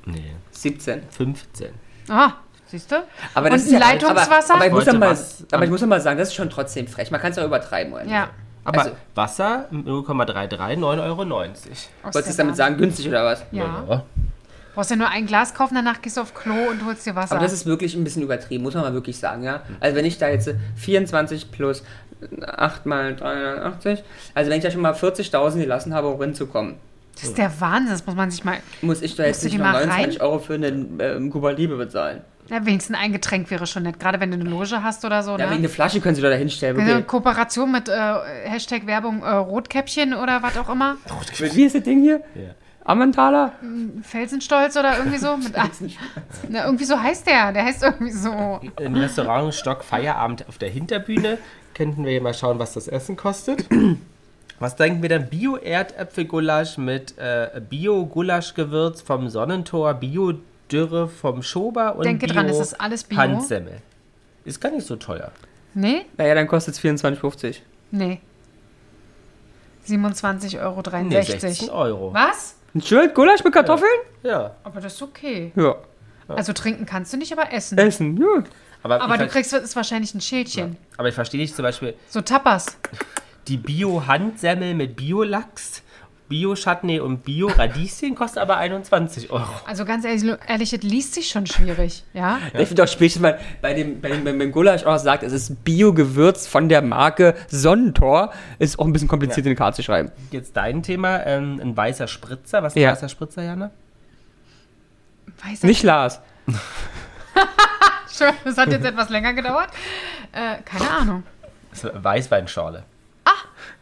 Nee,
17.
15.
Ah, siehst du?
Aber das
Und
ist
ein
ja,
Leitungswasser?
Aber, aber, ich muss ja
Heute
mal,
was- ähm,
aber ich muss ja mal sagen, das ist schon trotzdem frech. Man kann es ja übertreiben. Oder?
ja.
Aber
Also-
Wasser 0,33, 9,90 Euro.
aus
Wolltest du es
der
damit
Bahn.
sagen, günstig oder was?
Ja. Brauchst ja nur ein Glas kaufen, danach gehst du auf Klo und holst dir Wasser.
Aber das ist wirklich ein bisschen übertrieben, muss man mal wirklich sagen, ja. Also wenn ich da jetzt 24 plus 8 mal 380, also wenn ich da schon mal 40.000 gelassen habe, um reinzukommen,
Das ist der Wahnsinn, das muss man sich mal.
muss ich da
Musst
jetzt
du
nicht
die
noch
mal rein?
29 Euro für einen ähm, Cuba Libre bezahlen.
Ja, wenigstens ein Getränk wäre schon nett, gerade wenn du eine Loge hast oder Genau. so.
Ja, wegen
ne?
eine Flasche können sie da hinstellen.
Eine
Okay.
Kooperation mit äh, Hashtag Werbung äh, Rotkäppchen oder was auch immer.
Wie ist das Ding hier?
Ja.
Ammentaler?
Felsenstolz oder irgendwie so. Mit, ah, na, irgendwie so heißt der. Der heißt irgendwie so.
Im Restaurant Stock Feierabend auf der Hinterbühne. Könnten wir hier mal schauen, was das Essen kostet. Was denken wir denn? Bio-Erdäpfelgulasch mit äh, Bio-Gulaschgewürz vom Sonnentor, Bio-Dürre vom Schober und
Denke dran, es ist alles Bio.
Handsemmel. Ist gar nicht so teuer.
Nee?
Naja, dann kostet es 24,50.
Nee. 27,63 Euro.
Nee, 16 Euro.
Was?
Ein Schild Gulasch mit Kartoffeln?
Ja.
Aber das ist okay.
Ja. Äh,
Also trinken kannst du nicht, aber essen.
Essen, gut.
Aber,
Aber
ich,
du
ver-
kriegst ist wahrscheinlich ein Schildchen.
aber ich verstehe nicht zum Beispiel
So Tapas.
die Bio-Handsemmel mit Bio-Lachs, Bio-Chutney und Bio-Radieschen kostet aber 21 Euro.
Also ganz ehrlich, ehrlich, es liest sich schon schwierig, ja?
Ich finde auch spätestens, weil bei dem, bei dem, bei dem Gulasch auch sagt, es ist Bio-Gewürz von der Marke Sonnentor, ist auch ein bisschen kompliziert in die Karte zu schreiben.
Jetzt dein Thema, ähm, ein weißer Spritzer. Was ist ein
Ja.
weißer Spritzer, Jana?
Weiß
Nicht Lars.
Schon, das hat jetzt etwas länger gedauert. Äh, keine Ahnung.
Das ist eine Weißweinschorle. Ah!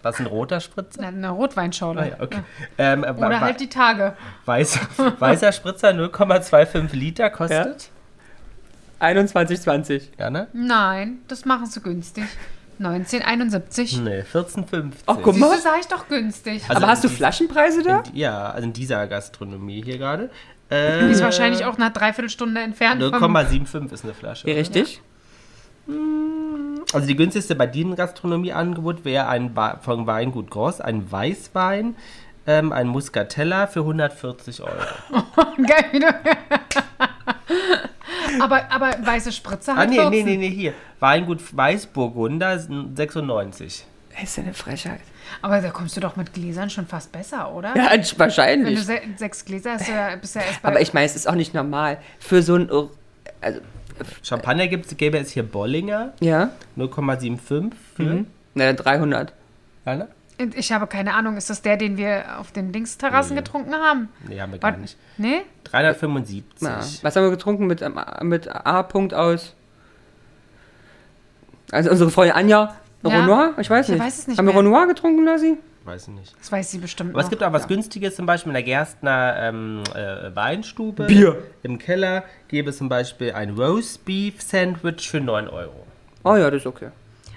Was ist ein roter Spritzer?
Na, Eine Rotweinschorle.
Ah ja, okay. Ähm, äh, wa-
Oder
wa-
halt die Tage.
weißer, weißer Spritzer 0,25 Liter kostet.
21,20.
Jana?
Nein, das machen sie günstig. 1971.
Nee, 14,50.
Ach, guck mal.
Siehst du, sag ich doch günstig.
Hm. Also
Aber hast du
die-
Flaschenpreise da?
Ja, also in dieser Gastronomie hier gerade. Ähm, Äh,
Die ist wahrscheinlich auch nach Dreiviertelstunde entfernt. Vom,
0,75 ist eine Flasche.
Ja, richtig.
Also die günstigste bei diesem Gastronomieangebot wäre ein Wa- von Weingut Gross, ein Weißwein, ähm, ein Muscatella für 140 Euro.
geil, wie du, Aber, aber weiße Spritze
Ah,
halt
nee, nee,
14.
nee, nee, hier. Weingut Weißburgunder 96.
Das ist eine Frechheit.
Aber da kommst du doch mit Gläsern schon fast besser, oder?
Ja,
Wenn du
wahrscheinlich.
se sechs Gläser hast, du ja- bist du ja erst bei
Aber ich meine, es ist auch nicht normal. Für so ein. Ur- Also,
Champagner gibt's, gäbe es hier Bollinger,
ja?
0,75 für. Mhm.
Na, dann 300.
Und Ich habe keine Ahnung, ist das der, den wir auf den Linksterrassen getrunken haben?
Nee, haben wir
War-
gar nicht.
Nee?
375.
Na, was haben wir getrunken mit, ähm, mit A. Punkt aus? Also unsere Freundin Anja
Ja.
Renoir? Ich weiß
Ich
nicht.
weiß es nicht
haben
mehr.
wir Renoir getrunken, Lassi?
Weiß ich nicht.
Das weiß sie bestimmt
Aber es
noch.
gibt auch was Günstiges, zum Beispiel in der Gerstner ähm, äh, Weinstube.
Bier.
Im Keller gäbe es zum Beispiel ein Roast Beef Sandwich für 9 Euro.
Oh ja, das ist okay.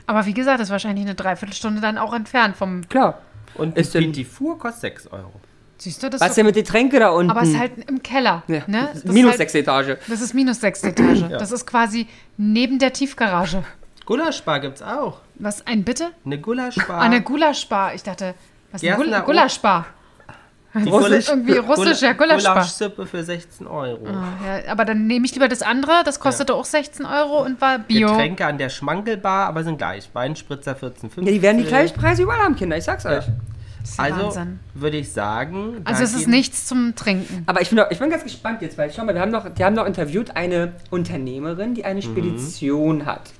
Aber wie gesagt, das ist wahrscheinlich eine Dreiviertelstunde dann auch entfernt vom.
Klar.
Und
Ist
ein
denn-
Petit Four kostet 6 Euro.
Siehst du, das
Was
ist
denn
doch,
mit den Tränken da unten?
Aber es ist halt im Keller.
Ja.
Ne?
Das
Das
ist Minus
ist halt,
sechs Etage.
Das ist minus sechs Etage. Das ist quasi neben der Tiefgarage.
Gulaschbar gibt's auch.
Was, ein bitte?
Eine Gulaschbar.
Ah, eine Gulaschbar. Ich dachte, was ist ein
Gerstner
Gul Gulaschbar?
Die
Russisch- irgendwie russischer Gulaschbar.
Gulaschsuppe für 16 Euro.
Ja, aber dann nehme ich lieber das andere. Das kostete auch 16 Euro und war Bio.
Getränke an der Schmankelbar, aber sind gleich. Weinspritzer 14,50.
Ja, die
Äh.
werden die gleichen Preise überall haben, Kinder, ich sag's euch.
Das ist ja
Also
Wahnsinn.
würde ich sagen.
Also
da
es ist
gehen-
nichts zum Trinken.
Aber ich bin, doch, ich bin ganz gespannt jetzt, weil schau mal, wir haben noch, die haben noch interviewt eine Unternehmerin, die eine Spedition hat.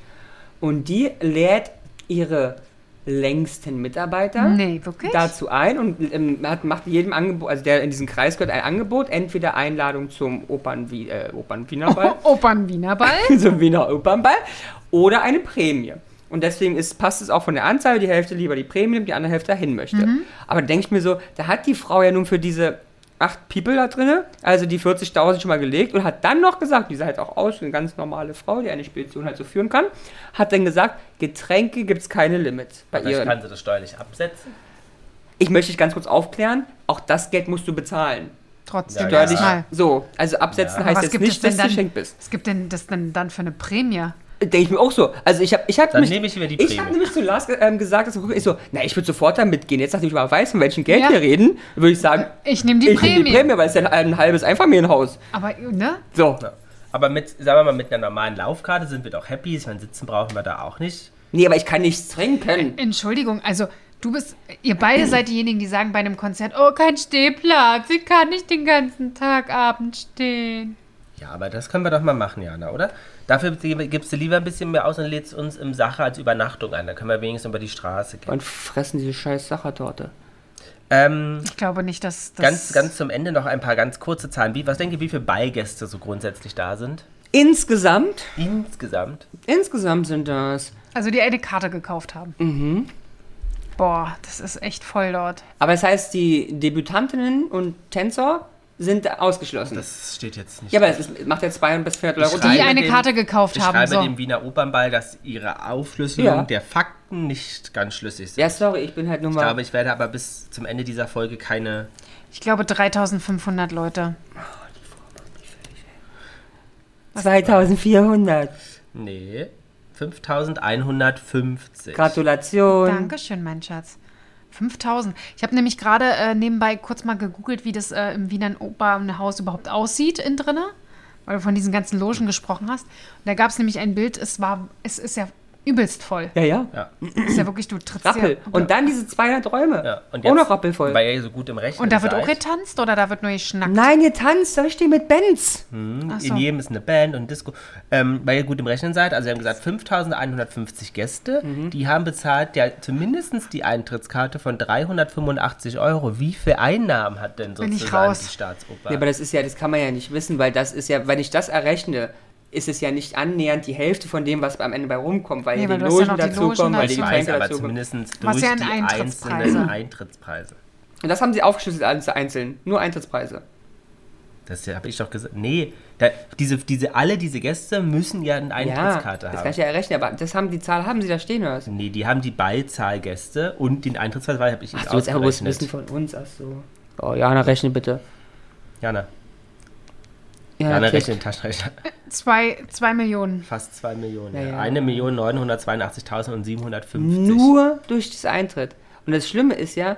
Und die lädt ihre längsten Mitarbeiter
Nee, wirklich?
dazu ein und ähm, hat, macht jedem Angebot, also der in diesen Kreis gehört, ein Angebot, entweder Einladung zum Opern, äh, Opernwienerball,
Opernwiener Oh, Ball.
zum Wiener Opernball, oder eine Prämie. Und deswegen ist, passt es auch von der Anzahl, die Hälfte lieber die Prämie nimmt, die andere Hälfte dahin möchte. Aber da denke ich mir so, da hat die Frau ja nun für diese acht People da drinne, also die 40.000 schon mal gelegt und hat dann noch gesagt, die sah halt auch aus, wie eine ganz normale Frau, die eine Spedition halt so führen kann, hat dann gesagt, Getränke gibt es keine Limits bei
Vielleicht
ihren
kann sie das steuerlich absetzen.
ich möchte dich ganz kurz aufklären, auch das Geld musst du bezahlen.
Trotzdem
Ja,
Steuerlich.
erstmal.
So, also absetzen
Ja.
heißt jetzt nicht, dass du geschenkt bist.
Was gibt denn das denn dann für eine Prämie?
Denke ich mir auch so. Also ich habe ich hab
Dann
mich-
nehme ich wieder die
Ich
Prämie.
habe nämlich zu Lars ge- ähm, gesagt, dass ich so, na, ich würde sofort damit gehen. Jetzt, nachdem ich mal weiß, von welchem Geld
Ja.
wir reden, würde ich sagen,
Ich nehme die
ich nehme
Prämie.
die Prämie, weil es ist ja ein halbes Einfamilienhaus.
Aber ne?
So.
Ja. Aber mit, sagen wir mal, mit einer normalen Laufkarte sind wir doch happy. Ich meine, sitzen brauchen wir da auch nicht.
Nee, aber ich kann nichts trinken.
Entschuldigung, also du bist, ihr beide seid diejenigen, die sagen bei einem Konzert, oh, kein Stehplatz, ich kann nicht den ganzen Tag Abend stehen.
Ja, aber das können wir doch mal machen, Jana, oder? Dafür gibst du lieber ein bisschen mehr aus und lädst uns im Sacher als Übernachtung ein. Dann können wir wenigstens über die Straße gehen.
Und fressen diese scheiß Sachertorte.
Ähm,
Ich glaube nicht, dass das.
ganz, ganz zum Ende noch ein paar ganz kurze Zahlen. Wie, was denke wie viele Beigäste so grundsätzlich da sind?
Insgesamt,
Insgesamt?
insgesamt sind das.
Also die eine Karte gekauft haben. Mhm. Boah, das ist echt voll dort.
Aber das heißt, die Debütantinnen und Tänzer sind ausgeschlossen.
Das steht jetzt nicht.
ja, aber es ist, macht ja 200 bis 400 Euro.
Ich
Die
Schreibe
eine
den-
Karte gekauft
ich
haben.
schreibe
So.
dem Wiener Opernball, dass ihre Aufschlüsselung
Ja.
der Fakten nicht ganz schlüssig sind.
Ja, sorry, ich bin halt nur
Ich
mal.
glaube, ich werde aber bis zum Ende dieser Folge keine.
Ich glaube 3500 Leute.
2400.
Nee. 5150.
Gratulation.
Dankeschön, mein Schatz. 5000. Ich habe nämlich gerade äh, nebenbei kurz mal gegoogelt, wie das äh, im Wiener Opernhaus überhaupt aussieht innen drinne, weil du von diesen ganzen Logen gesprochen hast. Und da gab es nämlich ein Bild, es war, es ist ja übelst voll.
Ja, ja.
Ja.
Es ist ja wirklich, du trittst
Rappel.
ja.
Und dann diese 200 Räume.
ja. Und
Auch
jetzt,
noch rappelvoll.
Weil ihr so gut im Rechnen
Und da wird
seid,
auch getanzt oder da wird nur geschnackt?
Nein, ihr tanzt richtig mit Benz.
hm,
Ach so.
In jedem ist eine Band und ein Disco. Ähm, weil ihr gut im Rechnen seid, also wir haben gesagt 5150 Gäste,
Mhm.
die haben bezahlt ja zumindest die Eintrittskarte von 385 Euro. Wie viel Einnahmen hat denn
Bin
sozusagen
ich
die
raus.
Staatsoper?
Ja, aber das ist ja, das kann man ja nicht wissen, weil das ist ja, wenn ich das errechne, ist es ja nicht annähernd die Hälfte von dem, was am Ende bei rumkommt, weil
Nee,
ja
weil
die
du hast ja
Logen
noch die
dazukommen,
Logen
weil die
ich
dazu.
weiß,
Getränke
aber
dazukommen.
zumindest
Was
durch
ja
die
ein Eintrittspreise.
einzelnen Eintrittspreise.
Und das haben sie aufgeschlüsselt alles einzeln. Nur Eintrittspreise.
Das habe ich doch gesagt. Nee, da, diese, diese, alle diese Gäste müssen ja eine Eintrittskarte
das
haben.
kann ich ja errechnen, aber das haben, die Zahl haben sie da stehen, oder was?
Nee, die haben die Ballzahlgäste und den Eintrittspreis habe ich jetzt
Ach so, jetzt einfach bloß ein bisschen
ausgerechnet.
von uns, ach so. Oh, Jana, rechne bitte.
Jana,
Ja,
Jana
Ah, okay.
rechnet den Taschenrechner.
Zwei, zwei Millionen.
Fast 2 Millionen.
Ja, ja.
Ja, 1.982.750.
Nur durch das Eintritt. Und das Schlimme ist ja,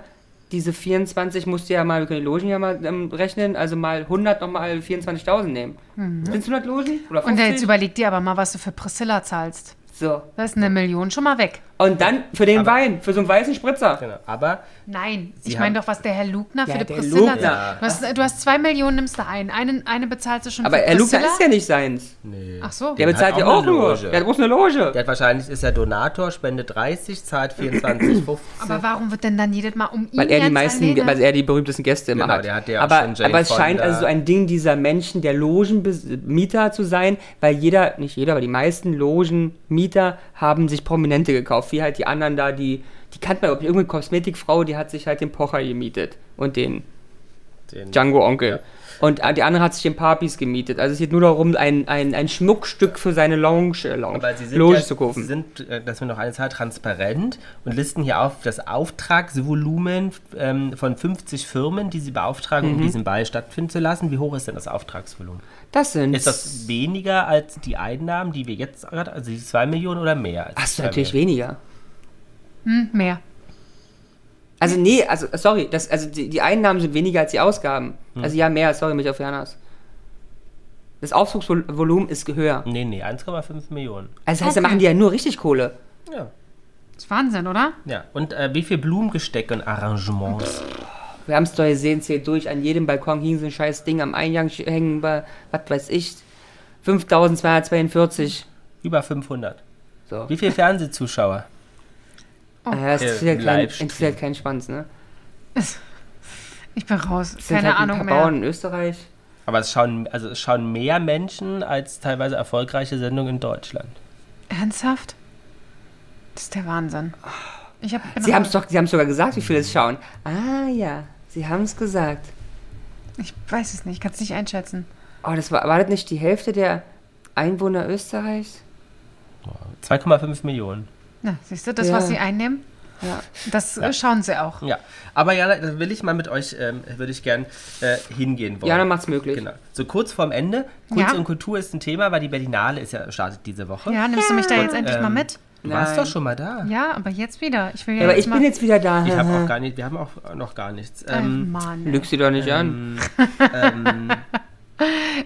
diese 24 musst du ja mal, wir können die Logen ja mal ähm, rechnen, also mal 100 nochmal 24.000 nehmen. Sind es 100 Logen? Oder 50?
Und jetzt überleg dir aber mal, was du für Priscilla zahlst.
so.
Da ist eine Million schon mal weg.
Und dann für den
Aber-
Wein, für so einen weißen Spritzer.
Genau. Aber
Nein, ich
Sie
meine
haben-
doch, was der Herr Lugner
Ja,
für die
der
Priscilla
Lugner.
zahlt. Du hast, du hast zwei Millionen, nimmst du ein. Einen, eine bezahlst du schon
Aber
für
er Luca
Priscilla.
ist ja nicht seins.
nee.
Ach so.
Der
hat
bezahlt
auch
ja auch
eine
nur.
Loge.
Der hat bloß eine Loge.
Der hat wahrscheinlich ist er Donator, spendet 30, zahlt 24, 15.
aber warum wird denn dann jedes Mal um ihn
Weil er die
jetzt
meisten,
alleine-
weil er die berühmtesten Gäste immer
Genau,
hat.
der hat ja auch
aber,
schon Jane
aber es
Fonda.
scheint also so ein Ding dieser Menschen, der Logenmieter zu sein, weil jeder, nicht jeder, aber die meisten Logenmieter haben sich Prominente gekauft, wie halt die anderen da, die, die kannte man überhaupt nicht. Irgendeine Kosmetikfrau, die hat sich halt den Pocher gemietet und den
Den-
Django-Onkel. Und äh, die andere hat sich den Papis gemietet. Also es geht nur darum, ein, ein, ein Schmuckstück für seine Lounge, äh, Lounge
Aber sie sind,
Loge
ja,
zu
sie
kaufen.
sind, äh, dass wir noch eine Zahl transparent und listen hier auf das Auftragsvolumen ähm, von 50 Firmen, die sie beauftragen,
Mhm.
um diesen Ball stattfinden zu lassen. Wie hoch ist denn das Auftragsvolumen?
das sind...
Ist das weniger als die Einnahmen, die wir jetzt gerade, also die 2 Millionen oder mehr? Als die
Ach, das ist
zwei
natürlich
Millionen?
weniger.
Hm, mehr.
Also nee, also sorry, das, also die, die Einnahmen sind weniger als die Ausgaben. Also ja, mehr, sorry, mich auf Janas. Das Aufzugsvolumen ist höher.
Nee, nee, 1,5 Millionen.
Also das heißt, da
Okay.
machen die ja nur richtig Kohle.
Ja.
Das ist Wahnsinn, oder?
Ja, und äh, wie viel Blumengesteck und Arrangements?
Wir haben es doch gesehen, zählt durch, an jedem Balkon hing so ein scheiß Ding, am Eingang hängen bei, was weiß ich, 5242.
Über 500.
So.
Wie viel Fernsehzuschauer?
Ja, das
Äh,
ist ja kein,
Livestream.
interessiert keinen Schwanz, ne?
Ich bin raus.
Das sind
Keine
halt ein
Ahnung
paar
mehr.
Bauern in Österreich.
Aber es schauen, also es schauen mehr Menschen als teilweise erfolgreiche Sendungen in Deutschland.
Ernsthaft? Das ist der Wahnsinn. Ich hab, bin
Sie haben es
raus.
doch, sie haben sogar gesagt, wie viele es schauen. Ah ja, sie haben es gesagt.
Ich weiß es nicht, kann es nicht einschätzen.
Oh, das war, war das nicht die Hälfte der Einwohner Österreichs?
2,5 Millionen.
Na, siehst du, das,
Ja.
was sie einnehmen,
Ja.
das äh, schauen sie auch.
Ja, aber Jana, da will ich mal mit euch, ähm, würde ich gern äh, hingehen wollen.
Jana macht's möglich.
Genau. So kurz vorm Ende. Kunst
Ja.
und Kultur ist ein Thema, weil die Berlinale ist ja startet diese Woche.
Ja, nimmst du mich da jetzt endlich mal
ähm,
mit?
Du warst
Nein.
doch schon mal da.
Ja, aber jetzt wieder. Ich will ja,
Ja, aber
jetzt
ich
mal.
bin jetzt wieder da.
Ich habe auch gar nicht, wir haben auch noch gar nichts.
Ach,
Ähm,
Mann.
Lügst sie doch nicht an.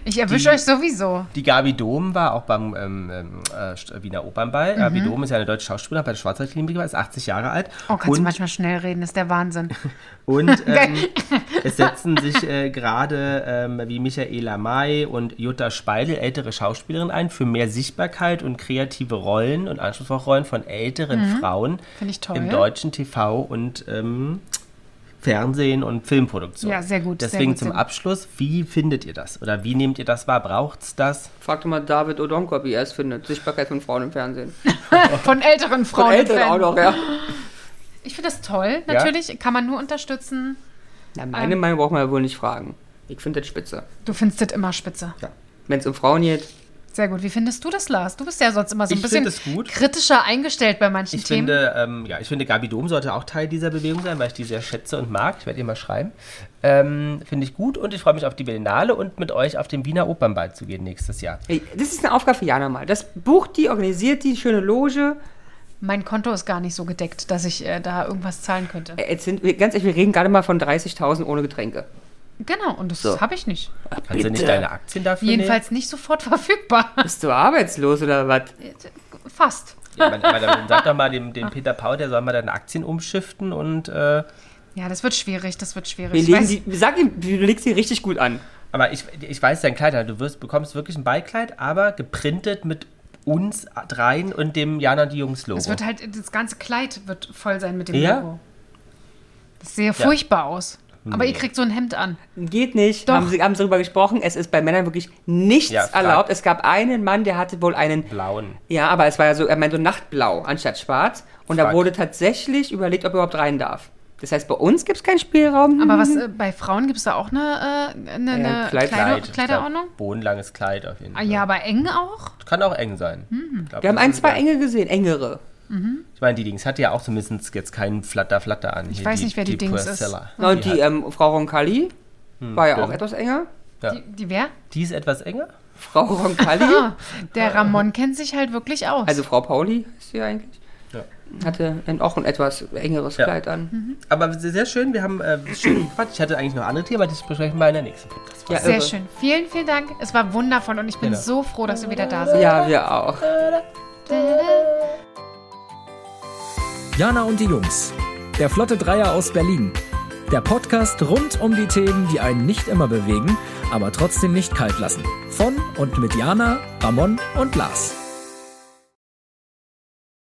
Ich erwische euch sowieso.
die Gabi Dom war auch beim ähm, ähm, äh, St- Wiener Opernball. Gabi Dom ist ja eine deutsche Schauspielerin, hat bei der Schwarzwaldklinik war, ist 80 Jahre alt.
Mhm. Oh, kannst du
und
manchmal schnell reden, ist der Wahnsinn.
Und ähm, es setzen sich äh, gerade ähm, wie Michaela May und Jutta Speidel, ältere Schauspielerinnen, ein für mehr Sichtbarkeit und kreative Rollen und anspruchsvolle Rollen von älteren Frauen
Mhm. Finde ich toll.
im deutschen TV und ähm, Fernsehen und Filmproduktion.
Ja, sehr gut, sehr
Deswegen
gut,
zum
sehr gut.
Abschluss, wie findet ihr das? Oder wie nehmt ihr das wahr? Braucht es das?
Frag doch mal David Odonkop, wie er es findet. Sichtbarkeit von Frauen im Fernsehen.
Von älteren Frauen.
Von
im
Eltern auch
Fernsehen.
noch, ja.
Ich finde das toll, natürlich. Kann man nur unterstützen.
Na, meine
Ähm.
Meinung braucht man ja wohl nicht fragen. Ich finde das spitze.
Du findest das immer spitze.
Wenn es um Frauen geht,
Sehr gut. Wie findest du das, Lars? Du bist ja sonst immer so ein
Ich
bisschen
finde es gut.
kritischer eingestellt bei manchen
Ich
Themen.
finde, ähm, ja, ich finde, Gabi Dom sollte auch Teil dieser Bewegung sein, weil ich die sehr schätze und mag. Ich werde ihr mal schreiben. Ähm, finde ich gut und ich freue mich auf die Berlinale und mit euch auf den Wiener Opernball zu gehen nächstes Jahr.
ey, das ist eine Aufgabe für Jana mal. Das bucht die, organisiert die, schöne Loge.
mein Konto ist gar nicht so gedeckt, dass ich äh, da irgendwas zahlen könnte.
Ey, Jetzt sind, wir- ganz ehrlich, wir reden gerade mal von 30.000 ohne Getränke.
Genau, und das
So.
habe ich nicht.
Kannst du nicht deine Aktien dafür
Jedenfalls nicht sofort verfügbar.
Bist du arbeitslos oder was?
Fast.
nehmen? Ja, aber dann sag doch mal dem, dem Peter Paul, der soll mal deine Aktien umschiften und äh,
Ja, das wird schwierig, das wird schwierig.
Wir
Ich
legen
weiß-
die, sag ihm, du legst sie richtig gut an.
aber ich, ich weiß dein Kleid, du wirst, bekommst wirklich ein Ballkleid, aber geprintet mit uns dreien und dem Jana und die Jungs Logo.
Es wird halt, das ganze Kleid wird voll sein mit dem
Ja?
Logo. Das sieht ja furchtbar aus. Aber ihr kriegt so ein Hemd an.
Geht nicht.
Doch.
Haben sie haben sie darüber gesprochen. Es ist bei Männern wirklich nichts
Ja, frag.
erlaubt. Es gab einen Mann, der hatte wohl einen
blauen.
Ja, aber es war ja so, er meint so nachtblau anstatt schwarz. Und da
Fuck.
wurde tatsächlich überlegt, ob er überhaupt rein darf. Das heißt, bei uns gibt es keinen Spielraum.
Aber was, äh, bei Frauen gibt es da auch eine, äh, eine, eine
Kleid-
Kleider,
ich
Kleiderordnung?
glaub, Bodenlanges Kleid auf jeden
Ah,
Fall.
ja, Hm. aber eng auch?
Kann auch eng sein. Ich glaub,
Wir haben
das
ein,
ist
zwei
egal.
enge gesehen, engere.
Ich meine, die Dings hatte ja auch zumindest jetzt keinen Flatter-Flatter an. Ich
weiß nicht, wer die Dings
Priscilla.
Na, und die,
Ah, Die, hat, Hm,
ähm, Frau Roncalli war ja auch
stimmt.
etwas enger.
Ja.
Die, die wer?
die ist etwas enger.
Frau Roncalli,
Ah, der Ramon kennt sich halt wirklich aus.
also Frau Pauli ist sie eigentlich.
Ja.
hatte ein, auch ein etwas engeres
Ja.
Kleid
Hm.
an.
Aber sehr sehr schön, wir haben äh, schön Quatsch. Ich hatte eigentlich noch andere Themen, aber das besprechen wir in der nächsten Podcast.
Ja,
Sehr
irre.
schön. Vielen, vielen Dank. Es war wundervoll und ich bin
Genau.
so froh, dass wir wieder da sind.
Ja, wir auch.
Jana und die Jungs. Der Flotte Dreier aus Berlin. Der Podcast rund um die Themen, die einen nicht immer bewegen, aber trotzdem nicht kalt lassen. Von und mit Jana, Ramon und Lars.